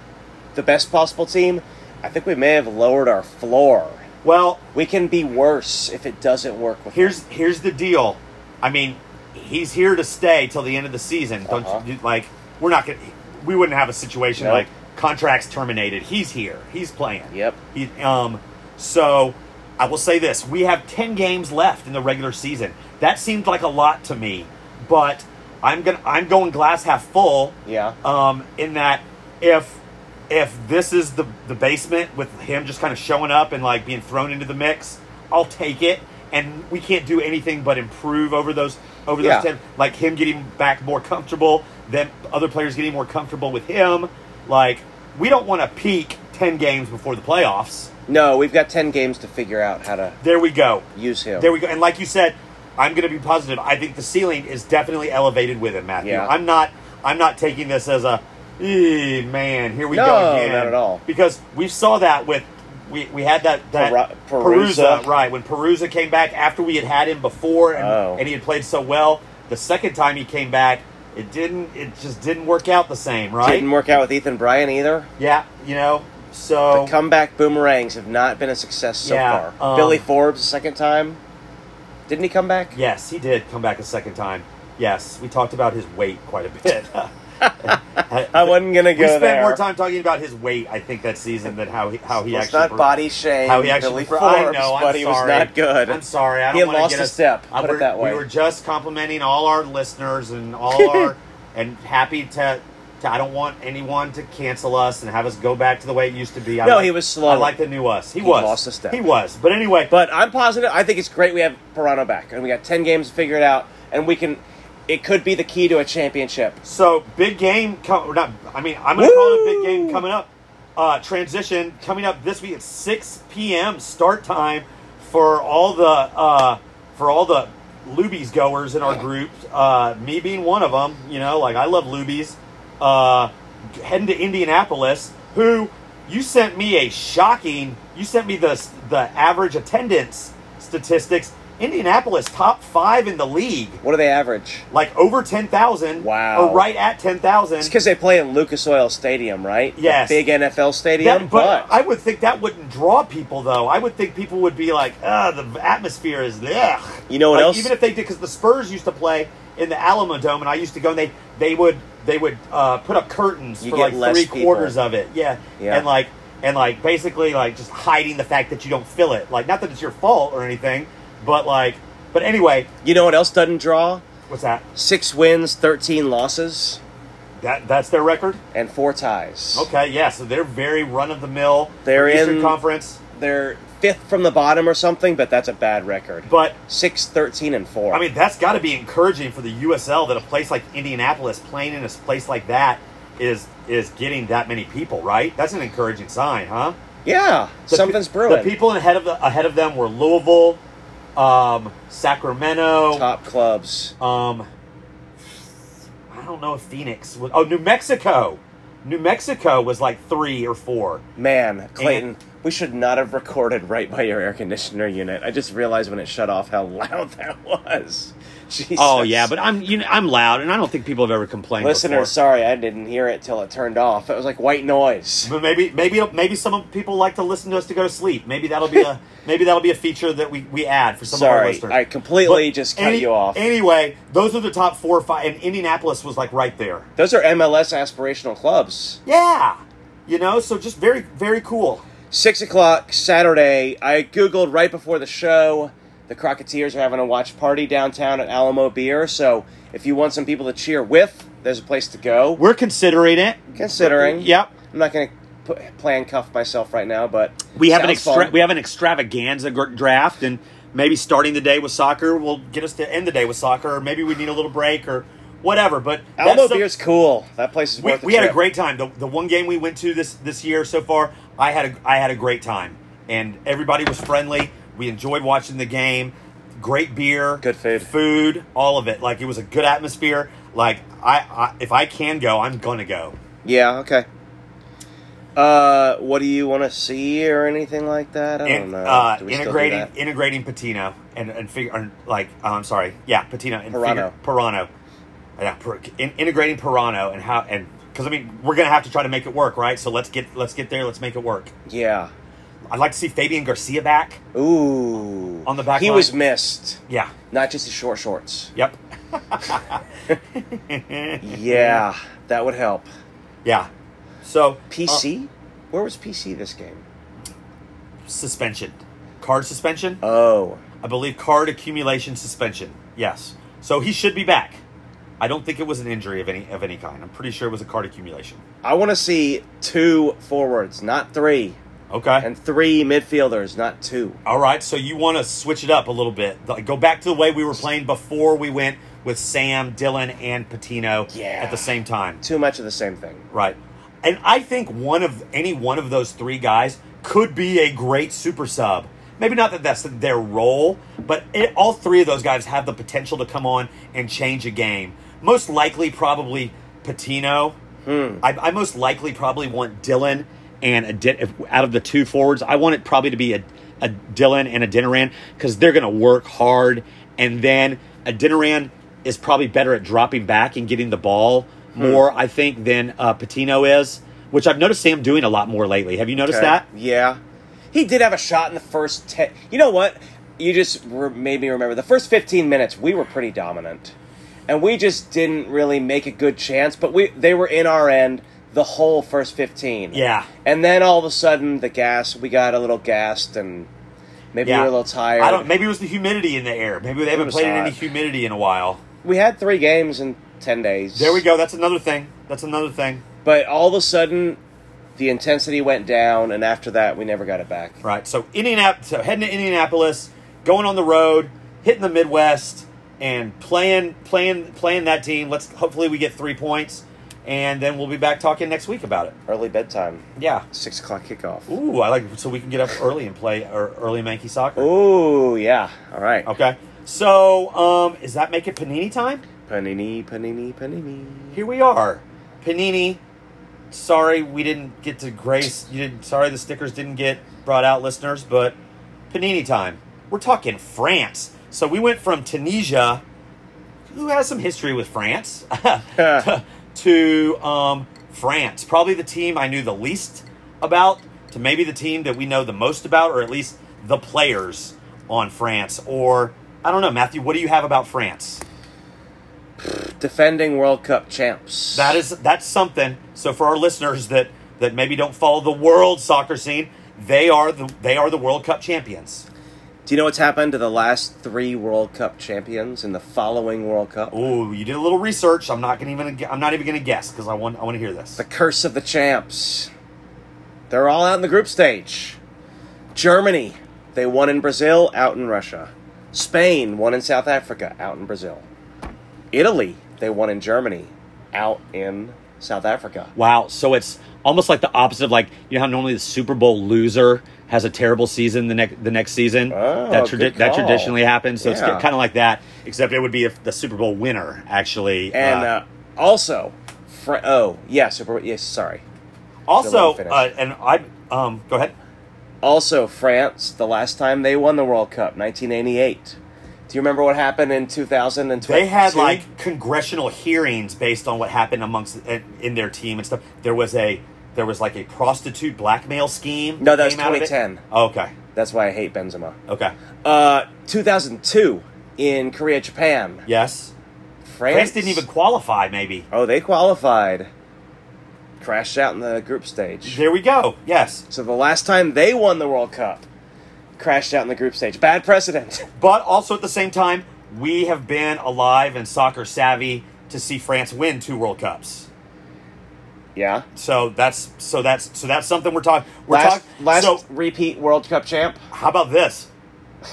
the best possible team. I think we may have lowered our floor. Well, We can be worse if it doesn't work with here's here's the deal. I mean, he's here to stay till the end of the season. Don't Uh-huh. you, like we're not gonna we wouldn't have a situation No. like contracts terminated. He's here. He's playing. Yep. He, um. So I will say this: we have ten games left in the regular season. That seemed like a lot to me, but I'm gonna I'm going glass half full. Yeah. Um, in that if if this is the the basement with him just kind of showing up and like being thrown into the mix, I'll take it. And we can't do anything but improve over those over those Yeah. ten. Like him getting back more comfortable, then other players getting more comfortable with him. Like we don't want to peak ten games before the playoffs. No, we've got ten games to figure out how to There we go. use him. There we go. And like you said, I'm going to be positive. I think the ceiling is definitely elevated with him, Matthew. Yeah. I'm not. I'm not taking this as a, "Eh, man, here we No, go again. not at all. Because we saw that with we, we had that that Peru- Perusa, Perusa. right when Perusa came back after we had had him before and, Oh. and he had played so well. The second time he came back, it didn't. It just didn't work out the same, right? Didn't work out with Ethan Bryan either. Yeah, you know. So The comeback boomerangs have not been a success so Oh. Yeah, far. um, Billy Forbes the second time. Didn't he come back? Yes, he did come back a second time. Yes, we talked about his weight quite a bit. I, I wasn't gonna go We spent there. more time talking about his weight, I think, that season than how he how he Let's actually not per- body shame how he actually Billy per- Forbes, I know, I'm but he was sorry. not good. I'm sorry. I He don't had wanna lost get a us- step, I- put it we're- that way. We were just complimenting all our listeners and all our and happy to. to- I don't want anyone to cancel us and have us go back to the way it used to be. I No, like- he was slow. I like the new us. He, He was lost a step. He was. But anyway, But I'm positive. I think it's great we have Pirano back, and we got ten games to figure it out, and we can. It could be the key to a championship. So big game, com- or not? I mean, I'm gonna call it a big Woo! game coming up. Uh, transition coming up this week at 6 p.m. start time for all the uh, for all the Lubies goers in our group. Uh, me being one of them, you know, like I love Lubies. Uh, heading to Indianapolis. Who you sent me a shocking? You sent me the the average attendance statistics. Indianapolis top five in the league What do they average? like over 10,000 Wow. or right at 10,000. It's because they play in Lucas Oil Stadium, right? The Yes. big NFL That- stadium. but I would think that wouldn't draw people though. I would think people would be like, "Ah, the atmosphere is ugh." You know what Like, else? Even if they did, because the Spurs used to play in the Alamo Dome, and I used to go, and they they would they would uh, put up curtains You for get like less three people. quarters of it, yeah. Yeah. and like and like basically like just hiding the fact that you don't feel it. Like not that it's your fault or anything, but like but anyway, you know what else doesn't draw? what's that? Six wins, thirteen losses, That that's their record. and four ties. Okay, yeah, so they're very run of the mill. They're Eastern in- Conference, They're fifth from the bottom or something, but that's a bad record. but Six, thirteen, and four. I mean that's got to be encouraging for the USL that a place like Indianapolis playing in a place like that is is getting that many people, right? That's an encouraging sign, huh? yeah, The pe- something's brewing. The people ahead of the, ahead of them were Louisville, um, Sacramento, Top clubs. Um, I don't know if Phoenix was. Oh, New Mexico. New Mexico was like three or four. Man, Clayton, we should not have recorded right by your air conditioner unit. I just realized when it shut off how loud that was. Jesus. Oh yeah, but I'm you know, I'm loud, and I don't think people have ever complained. listener, before. sorry, I didn't hear it till it turned off. It was like white noise. But maybe maybe maybe some people like to listen to us to go to sleep. Maybe that'll be a maybe that'll be a feature that we, we add for some of our Sorry, listeners. I completely But just cut any- you off. Anyway, those are the top four or five, and Indianapolis was like right there. Those are MLS aspirational clubs. Yeah, you know, so just very very cool. Six o'clock Saturday. I googled right before the show. The Crocketeers are having a watch party downtown at Alamo Beer. So if you want some people to cheer with, there's a place to go. We're considering it. considering. Yep. I'm not going to plan cuff myself right now, but We have an sounds extra- fun. we have an extravaganza gr- draft, and maybe starting the day with soccer will get us to end the day with soccer, or maybe we need a little break or whatever. But that's Alamo some- Beer's cool. That place is we, worth. we had a trip. great time. The, the one game we went to this this year so far, I had a I had a great time, and everybody was friendly. We enjoyed watching the game. Great beer, Good food. food, all of it. Like it was a good atmosphere. Like I, I if I can go, I'm gonna go. Yeah. Okay. Uh, what do you want to see or anything like that? I don't In- know. Uh, Do we still do integrating that? integrating Patino and and figure and, like oh, I'm sorry, yeah, Patino and Pirano. Figure, Pirano, yeah, per, in, integrating Pirano and how and because I mean we're gonna have to try to make it work, right? So let's get let's get there, let's make it work. yeah. I'd like to see Fabian Garcia back. Ooh. On the back He line. was missed. Yeah, Not just his short shorts. yep, Mm-hmm. Yeah, that would help. yeah. So uh, PC. Where was PC this game? uh, suspension, card suspension. Oh, I believe card accumulation suspension. Yes. So he should be back. I don't think it was an injury of any of any kind. I'm pretty sure it was a card accumulation. I want to see two forwards, not three, Okay. and three midfielders, not two. All right, so you want to switch it up a little bit. Like, Go back to the way we were playing before we went with Sam, Dylan, and Patino Yeah. at the same time. Too much of the same thing. Right. And I think one of any one of those three guys could be a great super sub. Maybe not that that's their role, but it, all three of those guys have the potential to come on and change a game. Most likely, probably Patino. I, I most likely probably want Dylan and a Din- if, out of the two forwards, I want it probably to be a, a Dylan and a Dinaran because they're going to work hard, and then a Dinaran is probably better at dropping back and getting the ball Hmm. more, I think, than uh, Patino is, which I've noticed Sam doing a lot more lately. Have you noticed Okay. that? Yeah. He did have a shot in the first 10. You know what? You just re- made me remember. The first 15 minutes, we were pretty dominant. And we just didn't really make a good chance, but we they were in our end the whole first 15. Yeah. And then all of a sudden, the gas, we got a little gassed and maybe we were a little tired. I don't. Maybe it was the humidity in the air. Maybe they haven't was played in any hot. humidity in a while. we had three games in 10 days. There we go. That's another thing. That's another thing. But all of a sudden, the intensity went down, and after that, we never got it back. Right. So Indianapolis, so heading to Indianapolis, going on the road, hitting the Midwest, and playing, playing, playing that team. Let's hopefully we get three points, and then we'll be back talking next week about it. Early bedtime, Yeah. 6 o'clock kickoff. Ooh, I like so we can get up early and play or early Mankey soccer. Oh yeah. All right. Okay. So, um, is that make it panini time? Panini, panini, panini. Here we are, panini. Sorry, we didn't get to grace. You didn't. Sorry, the stickers didn't get brought out, listeners. But panini time. We're talking France. So we went from Tunisia, who has some history with France, Uh, to, to, um, France. Probably the team I knew the least about, to maybe the team that we know the most about, or at least the players on France. Or I don't know, Matthew. What do you have about France? Defending World Cup champs. That is that's something. So for our listeners that that maybe don't follow the world soccer scene, they are the they are the World Cup champions. Do you know what's happened to the last three World Cup champions in the following World Cup? Ooh, you did a little research. I'm not gonna even I'm not even gonna guess because I want I want to hear this. The curse of the champs. They're all out in the group stage. Germany, they won in Brazil, out in Russia. Spain won in South Africa, out in Brazil. Italy, they won in Germany, out in South Africa. Wow. So it's almost like the opposite of like you know how normally the Super Bowl loser has a terrible season the next the next season. Oh, that good that call. traditionally happens. So it's Yeah. kind of like that, except it would be if the Super Bowl winner actually. And uh, also, Fra- oh yeah, Super. Yes, sorry. also, finish. uh, and I um go ahead. Also, France. The last time they won the World Cup, 1988. Do you remember what happened in 2012? They had like congressional hearings based on what happened amongst in, in their team and stuff. There was a there was like a prostitute blackmail scheme. No, that was came out of it. 2010. Okay, That's why I hate Benzema. okay, Uh, 2002 in Korea, Japan. yes. France, France didn't even qualify. Maybe Oh, they qualified. Crashed out in the group stage. there we go. Yes, So the last time they won the World Cup, crashed out in the group stage. Bad precedent. but also at the same time, we have been alive and soccer savvy to see France win two World Cups. yeah. So that's so that's so that's something we're talking. We're Last, talking. last so repeat World Cup champ. How about this?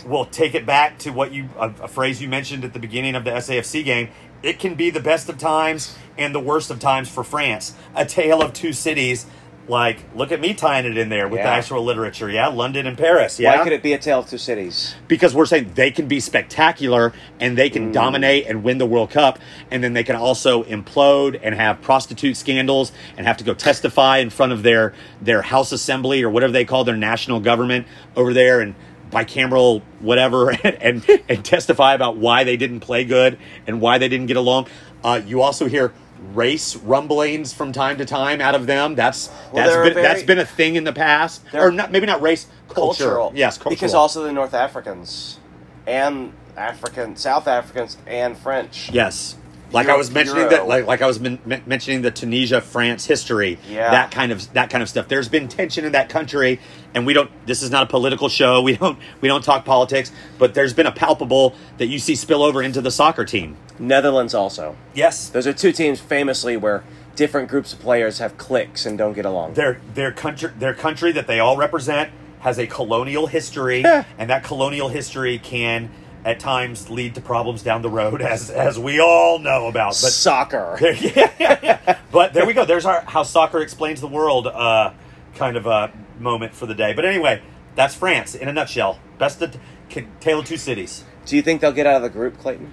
We'll take it back to what you a, a phrase you mentioned at the beginning of the SAFC game. It can be the best of times and the worst of times for France. A tale of two cities. Like, look at me tying it in there with the Yeah. actual literature. Yeah, London and Paris. Yeah, Why could it be a tale of two cities? because we're saying they can be spectacular and they can dominate and win the World Cup, and then they can also implode and have prostitute scandals and have to go testify in front of their their House Assembly or whatever they call their national government over there and bicameral whatever and and, and testify about why they didn't play good and why they didn't get along. Uh, you also hear race rumblings from time to time out of them. That's Well, that's they're been very- that's been a thing in the past, They're- or not maybe not race culture. Yes, cultural. Because also the North Africans and African, South Africans and French. Yes. like I Euro- was mentioning Euro. that, like like I was men- men- mentioning the Tunisia France history, Yeah. that kind of that kind of stuff. There's been tension in that country, and we don't. This is not a political show. We don't we don't talk politics, but there's been a palpable that you see spill over into the soccer team. Netherlands also. Yes, Those are two teams famously where different groups of players have cliques and don't get along. their their country their country that they all represent has a colonial history, Yeah. and that colonial history can at times lead to problems down the road, as as we all know about. But Soccer. There, yeah, yeah, yeah. But there we go. There's our how soccer explains the world uh, kind of uh, moment for the day. But anyway, that's France in a nutshell. Best of c- Tale of Two Cities. Do you think they'll get out of the group, Clayton?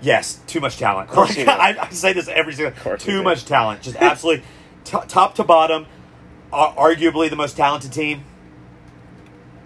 Yes, too much talent. course you do. I, I say this every single course you Too do. much talent. Just absolutely t- top to bottom, are arguably the most talented team.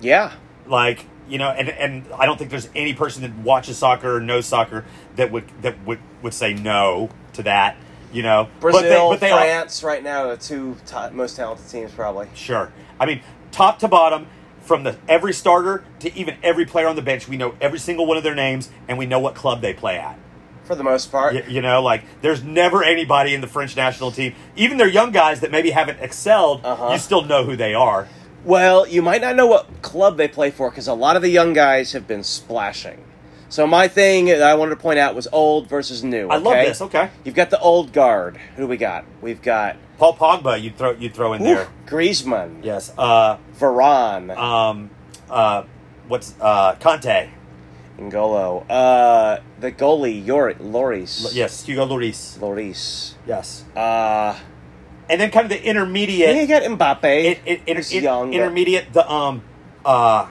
Yeah. Like you know, and and I don't think there's any person that watches soccer or knows soccer that would that would would say no to that. You know, Brazil, all- France, right now, the two t- most talented teams, probably. Sure. I mean, top to bottom, from the every starter to even every player on the bench, we know every single one of their names and we know what club they play at. For the most part. Y- You, know, like there's never anybody in the French national team, even their young guys that maybe haven't excelled, Uh-huh. you still know who they are. Well, you might not know what club they play for because a lot of the young guys have been splashing. So my thing that I wanted to point out was old versus new. I love okay? this. Okay. You've got the old guard. Who do we got? We've got Paul Pogba, you throw you throw in Ooh, there. Griezmann, Yes. Uh Varane, um uh what's uh Conte. N'Golo, uh, the goalie Yorit, Loris. Yes, Hugo Lloris. Loris. Yes. Uh, And then kind of the intermediate then you got Mbappe. it, it, inter- who's it- young, but- intermediate the um uh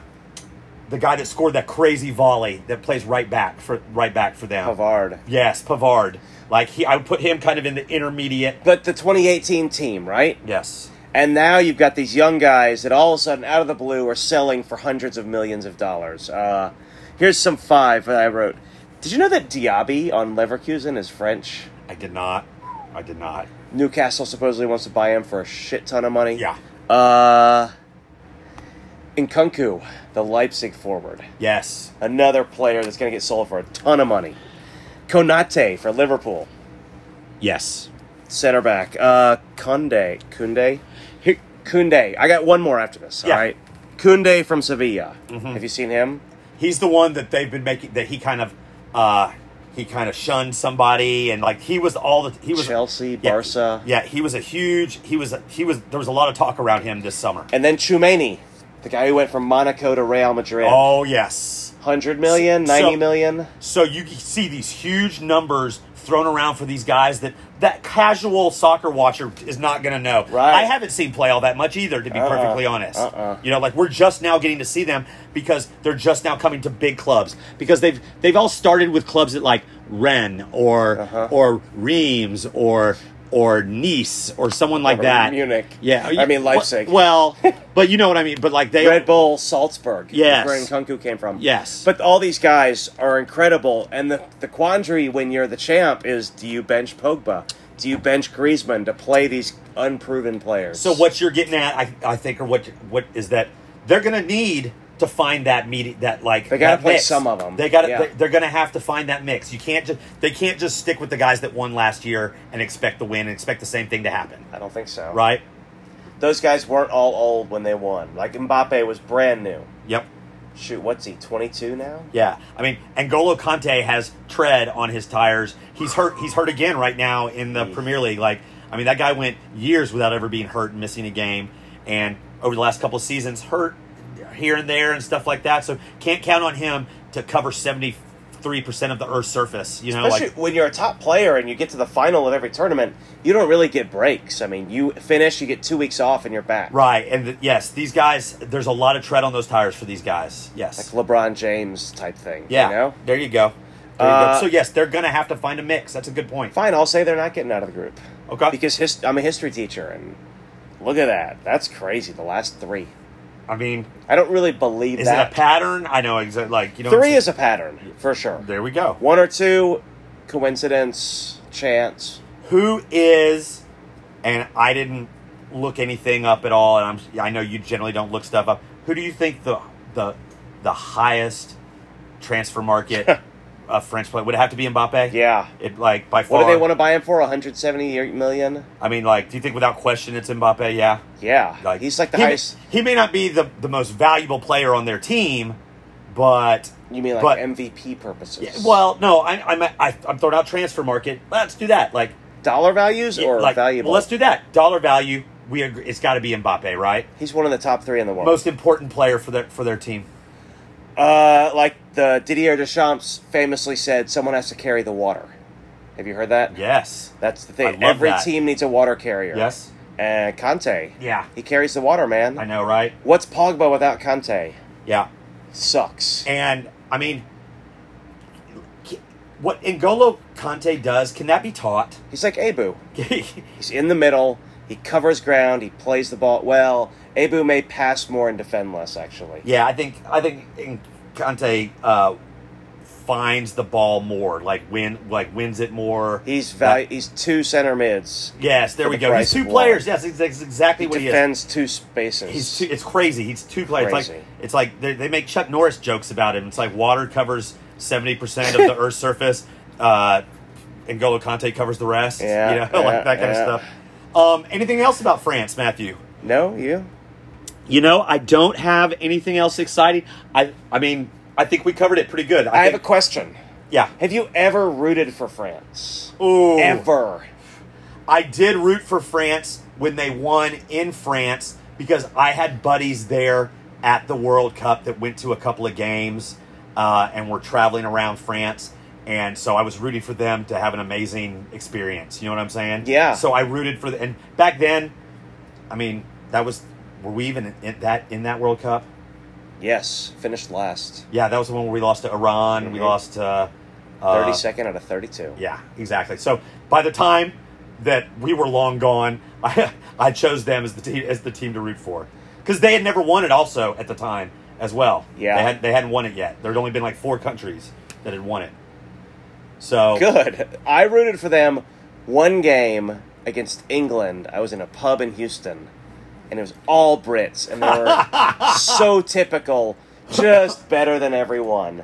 the guy that scored that crazy volley that plays right back for right back for them. Pavard. Yes, Pavard. Like he, I would put him kind of in the intermediate. But the 2018 team, right? Yes, And now you've got these young guys that all of a sudden, out of the blue, are selling for hundreds of millions of dollars. Uh, here's some five that I wrote. Did you know that Diaby on Leverkusen is French? I did not. I did not. Newcastle supposedly wants to buy him for a shit ton of money. Yeah. Uh, Nkunku, the Leipzig forward, Yes. another player that's going to get sold for a ton of money. Konate for Liverpool, Yes. center back. Uh, Kunde, Kunde, Here- Kunde. I got one more after this. Yeah. Mm-hmm. All right, Kunde from Sevilla. Have you seen him? He's the one that they've been making that he kind of uh he kind of shunned somebody and like he was all the he was Chelsea, Yeah, Barca. Yeah, he was a huge he was a, he was there was a lot of talk around him this summer. And then Chumani, the guy who went from Monaco to Real Madrid. Oh yes. 100 million, 90 So- million. So you can see these huge numbers thrown around for these guys that that casual soccer watcher is not going to know. Right. I haven't seen play all that much either, to be Uh-uh. perfectly honest. Uh-uh. You know, like we're just now getting to see them because they're just now coming to big clubs because they've they've all started with clubs at like Rennes or Uh-huh. or Reims or or Nice or someone like Or that. Munich. Yeah. I mean, Leipzig. Well, but you know what I mean. But like they Red Bull Salzburg. Yes. Where Nkunku came from. Yes. But all these guys are incredible. And the, the quandary when you're the champ is do you bench Pogba? Do you bench Griezmann to play these unproven players? So what you're getting at, I, I think, or what what is that they're going to need to find that media that like They gotta that play mix. some of 'em. They got to Yeah. they, they're going to have to find that mix. You can't just they can't just stick with the guys that won last year and expect the win and expect the same thing to happen, I don't think so. right? Those guys weren't all old when they won. Like Mbappe was brand new. Yep. Shoot, what's he, 22 now? Yeah, I mean, N'Golo Conte has tread on his tires. He's hurt. He's hurt again right now in the Premier League. Like, I mean, that guy went years without ever being hurt and missing a game, and over the last couple of seasons, hurt here and there and stuff like that. So can't count on him to cover seventy three percent of the Earth's surface. You know, Especially like when you're a top player and you get to the final of every tournament, you don't really get breaks. I mean, you finish, you get two weeks off, and you're back. right. And th- yes, these guys. There's a lot of tread on those tires for these guys. Yes. Like LeBron James type thing. yeah. You know? There you go. There you Uh, go. So yes, they're gonna have to find a mix. That's a good point. Fine, I'll say they're not getting out of the group. Okay. Because his, I'm a history teacher, and look at that. That's crazy. The last three. I mean, I don't really believe Is that. it a pattern? I know exactly. Like you know, what three I'm is saying? a pattern for sure. there we go. One or two, coincidence, chance. Who is? And I didn't look anything up at all. And I'm I know you generally don't look stuff up. Who do you think the the the highest transfer market a French player. Would it have to be Mbappe? Yeah. It like by far. What do they want to buy him for? 170 million? I mean, like, do you think without question it's Mbappe? Yeah. Yeah. Like he's like the he may- highest. he may not be the, the most valuable player on their team, but You mean like but- MVP purposes? yeah, well, no, I, I'm I, I'm throwing out transfer market. Let's do that. Like dollar values or like, valuable? Well, let's do that. Dollar value. We agree. It's got to be Mbappe, right? he's one of the top three in the world. Most important player for their for their team. Uh, like the Didier Deschamps famously said, someone has to carry the water. Have you heard that? Yes. That's the I thing. love Every that. team needs a water carrier. Yes. And Conte. Yeah. He carries the water, man. I know, right? What's Pogba without Conte? Yeah. Sucks. And I mean, what N'Golo Conte does can that be taught? He's like Abu. He's in the middle. He covers ground. He plays the ball well. Abu may pass more and defend less, actually. yeah, I think I think in- Conte uh, finds the ball more, like win, like wins it more. He's valu- He's two center mids. yes, there for we the go. price He's two of one. players. Yes, that's that's exactly He what he is. defends two spaces. He's two, it's crazy. He's two players. It's Crazy. Like it's like they, they make Chuck Norris jokes about him. It's like water covers seventy percent of the Earth's surface, uh, and Golo Conte covers the rest. Yeah, you know, yeah, like that kind yeah. of stuff. Um, anything else about France, Matthew? no, you. You know, I don't have anything else exciting. I I mean, I think we covered it pretty good. I have a think- question. yeah. Have you ever rooted for France? Ooh. Ever? I did root for France when they won in France because I had buddies there at the World Cup that went to a couple of games uh, and were traveling around France. And so I was rooting for them to have an amazing experience. You know what I'm saying? Yeah. So I rooted for the, and back then, I mean, that was, were we even in that, in that World Cup? Yes. Finished last. Yeah, that was the one where we lost to Iran. We Mhm. lost to, uh, Thirty second out of thirty-two. yeah, exactly. So by the time that we were long gone, I I chose them as the team as the team to root for because they had never won it also at the time as well. Yeah. they, had, they hadn't won it yet. There had only been like four countries that had won it. So Good. I rooted for them one game against England. I was in a pub in Houston, and it was all Brits, and they were so typical, just better than everyone.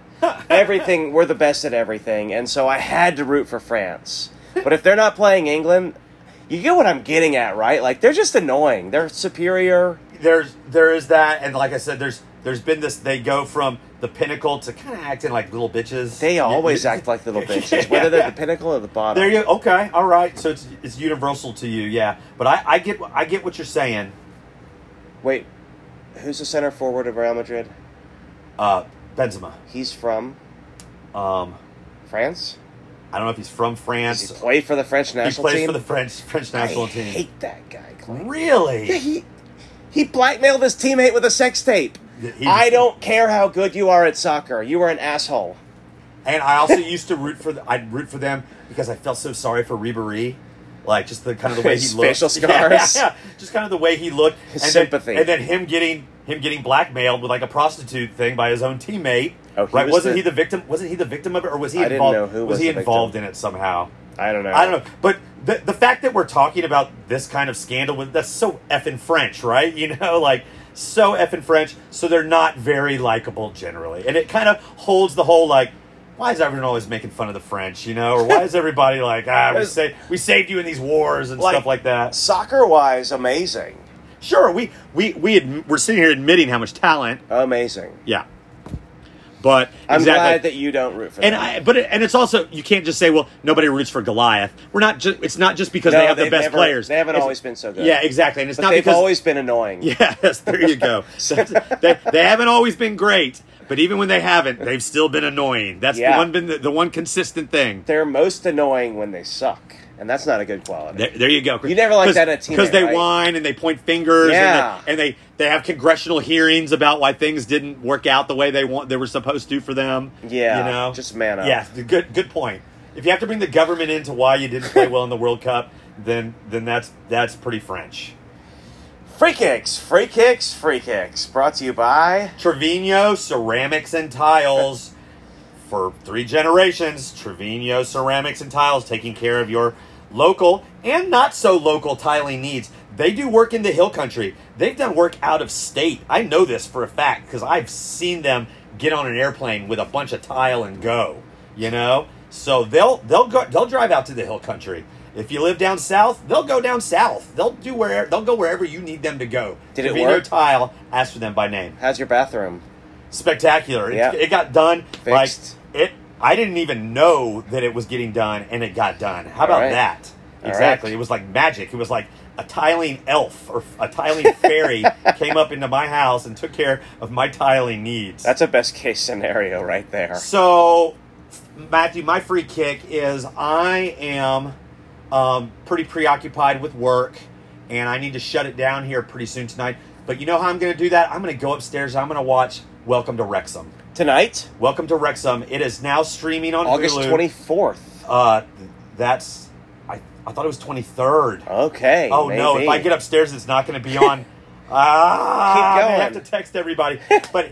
Everything, we're the best at everything, and so I had to root for France. But if they're not playing England, you get what I'm getting at, right? Like, they're just annoying. They're superior. there's there is that, and like I said, there's there's been this. They go from the pinnacle to kind of acting like little bitches. They always act like little bitches, whether they're the pinnacle or the bottom. There you okay, all right. So it's it's universal to you, yeah. But I, I get I get what you're saying. Wait, who's the center forward of Real Madrid? Uh, Benzema. He's from Um, France? I don't know if he's from France. Does he play for the French He national plays team? for the French French national I team. hate that guy, Clay. really? Yeah, he he blackmailed his teammate with a sex tape. Yeah, he- I don't care how good you are at soccer. You are an asshole. and I also used to root for the, I'd root for them because I felt so sorry for Ribery. Like just the kind of the way he His looked, facial Yeah, yeah, scars. yeah. just kind of the way he looked, His And then- sympathy. and then him getting him getting blackmailed with like a prostitute thing by his own teammate. Oh, he right? was wasn't the- he the victim? Wasn't he the victim of it, or was he I didn't involved? know who was he the involved victim. in it somehow? I don't know. I don't know, but the the fact that we're talking about this kind of scandal with that's so effing French, right? You know, like so effing French. So they're not very likable generally, and it kind of holds the whole like, why is everyone always making fun of the French? You know, or why is everybody like, ah, we say we saved you in these wars and Like- stuff like that? Soccer wise, amazing, Sure, we we we adm- we're sitting here admitting how much talent, amazing. yeah, but I'm exactly. glad that you don't root for and them. I, but it, and it's also you can't just say, well, nobody roots for Goliath. We're not just it's not just because No, they have the they've best never- players. They haven't It's- always been so good. Yeah, exactly. And it's But not they've because always been annoying. yes, there you go. That's- they, they haven't always been great, but even when they haven't, they've still been annoying. That's the Yeah. one been the, the one consistent thing. They're most annoying when they suck, and that's not a good quality. There, there you go. You never like that in a teammate, because they right? whine and they point fingers Yeah. and, they, and they they have congressional hearings about why things didn't work out the way they want they were supposed to for them. Yeah, you know, just man up. Yeah, the good good point. If you have to bring the government into why you didn't play well in the World Cup, then then that's that's pretty French. Free kicks, free kicks, free kicks. Brought to you by Trevino Ceramics and Tiles. For three generations, Trevino Ceramics and Tiles taking care of your local and not so local tiling needs. They do work in the hill country. They've done work out of state. I know this for a fact because I've seen them get on an airplane with a bunch of tile and go. you know. So they'll they'll go they'll drive out to the hill country. If you live down south, they'll go down south. They'll do where they'll go wherever you need them to go. Did If it you know work? tile, ask for them by name. How's your bathroom? Spectacular. It, Yeah. it got done. Fixed. Like it I didn't even know that it was getting done and it got done. How about All right. that? All Exactly. right. It was like magic. It was like a tiling elf or a tiling fairy came up into my house and took care of my tiling needs. That's a best case scenario right there. So, Matthew, my free kick is I am um, pretty preoccupied with work, and I need to shut it down here pretty soon tonight. But you know how I'm going to do that? I'm going to go upstairs. I'm going to watch Welcome to Wrexham. Tonight, Welcome to Wrexham. It is now streaming on August Hulu. twenty fourth. Uh, that's I, I thought it was 23rd. Okay. Oh no! If I get upstairs, it's not going to be on. ah, Keep I going. have to text everybody. But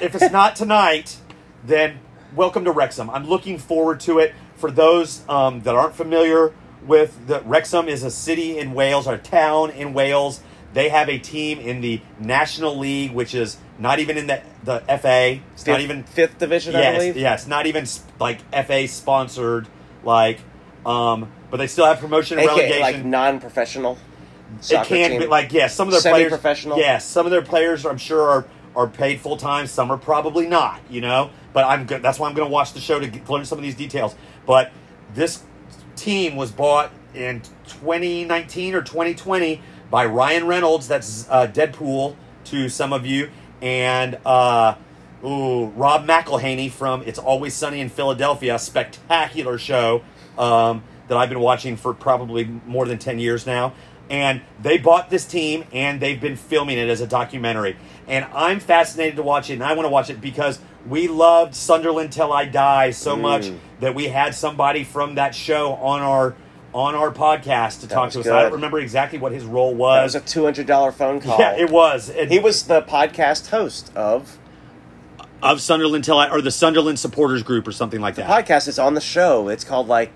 if it's not tonight, then welcome to Wrexham. I'm looking forward to it. For those um, that aren't familiar with the Wrexham is a city in Wales or a town in Wales. They have a team in the National League, which is not even in the the FA. It's fifth, not even fifth division, I yes, believe. yes, not even sp- like FA sponsored. Like, um, but they still have promotion and AKA relegation like non professional. it can be like yeah some of their players Semi-professional? yeah some of their players i'm sure are are paid full time some are probably not you know but i'm good that's why i'm going to watch the show to get, learn some of these details but this team was bought in 2019 or 2020 by ryan reynolds that's uh, deadpool to some of you and uh Ooh, Rob McElhaney from It's Always Sunny in Philadelphia, spectacular show um, that I've been watching for probably more than 10 years now. And they bought this team and they've been filming it as a documentary. And I'm fascinated to watch it and I want to watch it because we loved Sunderland Till I Die so Mm. much that we had somebody from that show on our on our podcast to talk was to us. I don't good. remember exactly what his role that was. was a two hundred dollar phone call. uh, yeah, it was. And He was the podcast host of of Sunderland Till I or the Sunderland supporters group or something like that. podcast. It's on the show. It's called like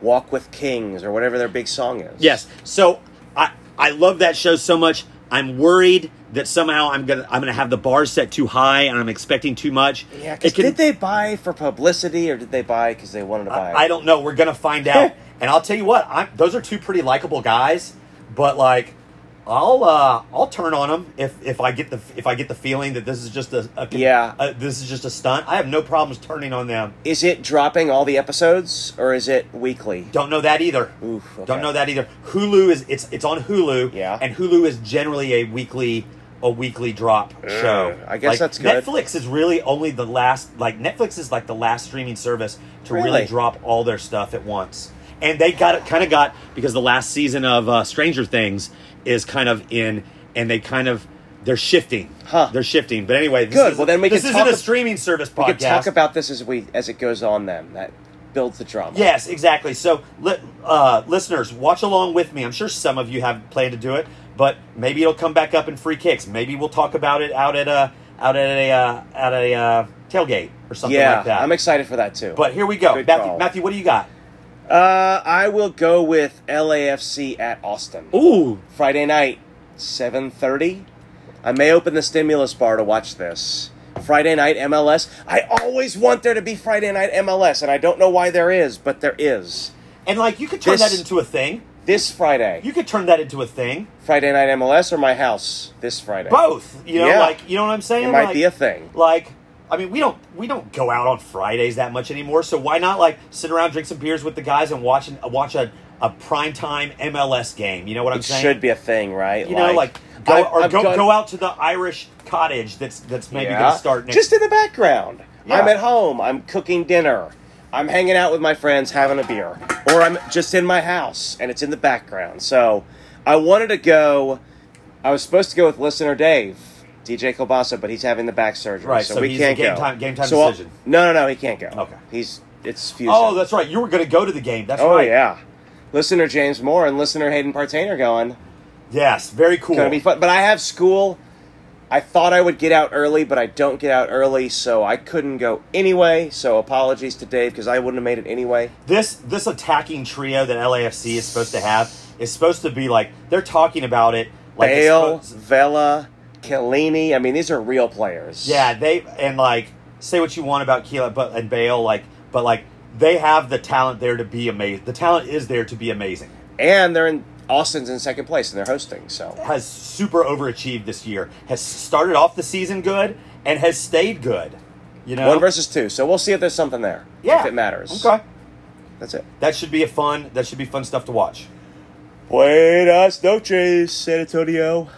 Walk with Kings or whatever their big song is. Yes. So I I love that show so much. I'm worried that somehow I'm gonna I'm gonna have the bar set too high and I'm expecting too much. Yeah. It 'cause can- did they buy for publicity or did they buy because they wanted to buy? I, I don't know. We're gonna find out. and I'll tell you what. I'm, those are two pretty likable guys, but like. I'll uh, I'll turn on them if, if I get the if I get the feeling that this is just a, a Yeah. a- this is just a stunt. I have no problems turning on them. Is it dropping all the episodes or is it weekly? Don't know that either. Oof, okay. Don't know that either. Hulu is it's it's on Hulu. Yeah. And Hulu is generally a weekly a weekly drop show. Uh, I guess Like, that's good. Netflix is really only the last like Netflix is like the last streaming service to really, Really? drop all their stuff at once. And they got it kind of got because the last season of uh, Stranger Things is kind of in and they kind of they're shifting. Huh. They're shifting. But anyway, this Good. is- Well, then we this can isn't talk a ab- streaming service podcast. We could talk about this as we as it goes on. Then that builds the drama. Yes, exactly. So, li- uh, listeners, watch along with me. I'm sure some of you have planned to do it, but maybe it'll come back up in free kicks. Maybe we'll talk about it out at a out at a uh, at a uh, tailgate or something yeah. like that. I'm excited for that too. but here we go, Good Matthew. call. Matthew, what do you got? uh, I will go with LAFC at Austin Ooh, Friday night, seven thirty. I may open the stimulus bar to watch this. Friday night MLS. I always want there to be Friday night MLS, and I don't know why there is, but there is. and like you could turn This- that into a thing. This Friday, You could turn that into a thing. Friday night MLS or my house this Friday. Both, you know, Yeah. like you know what I'm saying. It might Like- be a thing. Like, I mean, we don't we don't go out on Fridays that much anymore. So why not like sit around, drink some beers with the guys, and watch an, watch a a primetime MLS game? You know what I'm It saying? should be a thing, right? You know, like, go, I- or I've go, gone- go out to the Irish cottage that's that's maybe Yeah. going to start next. Just in the background. Yeah. I'm at home. I'm cooking dinner. I'm hanging out with my friends, having a beer, or I'm just in my house and it's in the background. So, I wanted to go. I was supposed to go with listener Dave, DJ Kolbasa, but he's having the back surgery, Right, So, so we he's a can't game go. time- game time So I'll- decision. No, no, no, he can't go. Okay. he's it's fusion. oh, that's right. You were going to go to the game. That's oh right. yeah. Listener James Moore and listener Hayden Partain are going. Yes. Very cool. Gonna be fun. But I have school. I thought I would get out early, but I don't get out early, so I couldn't go anyway. So apologies to Dave because I wouldn't have made it anyway. this this attacking trio that LAFC is supposed to have is supposed to be like they're talking about it. Like it's Bale, supposed- Vela, Kellini. I mean, these are real players. Yeah, they and like say what you want about Keela, but and Bale, like But like they have the talent there to be amazing. The talent is there to be amazing. and they're in Austin's in second place, and they're hosting. So Has super overachieved this year. Has started off the season good and has stayed good. You know, one versus two. So we'll see if there's something there. yeah, if it matters. Okay, that's it. that should be a fun. That should be fun stuff to watch. Buenas noches, San Antonio.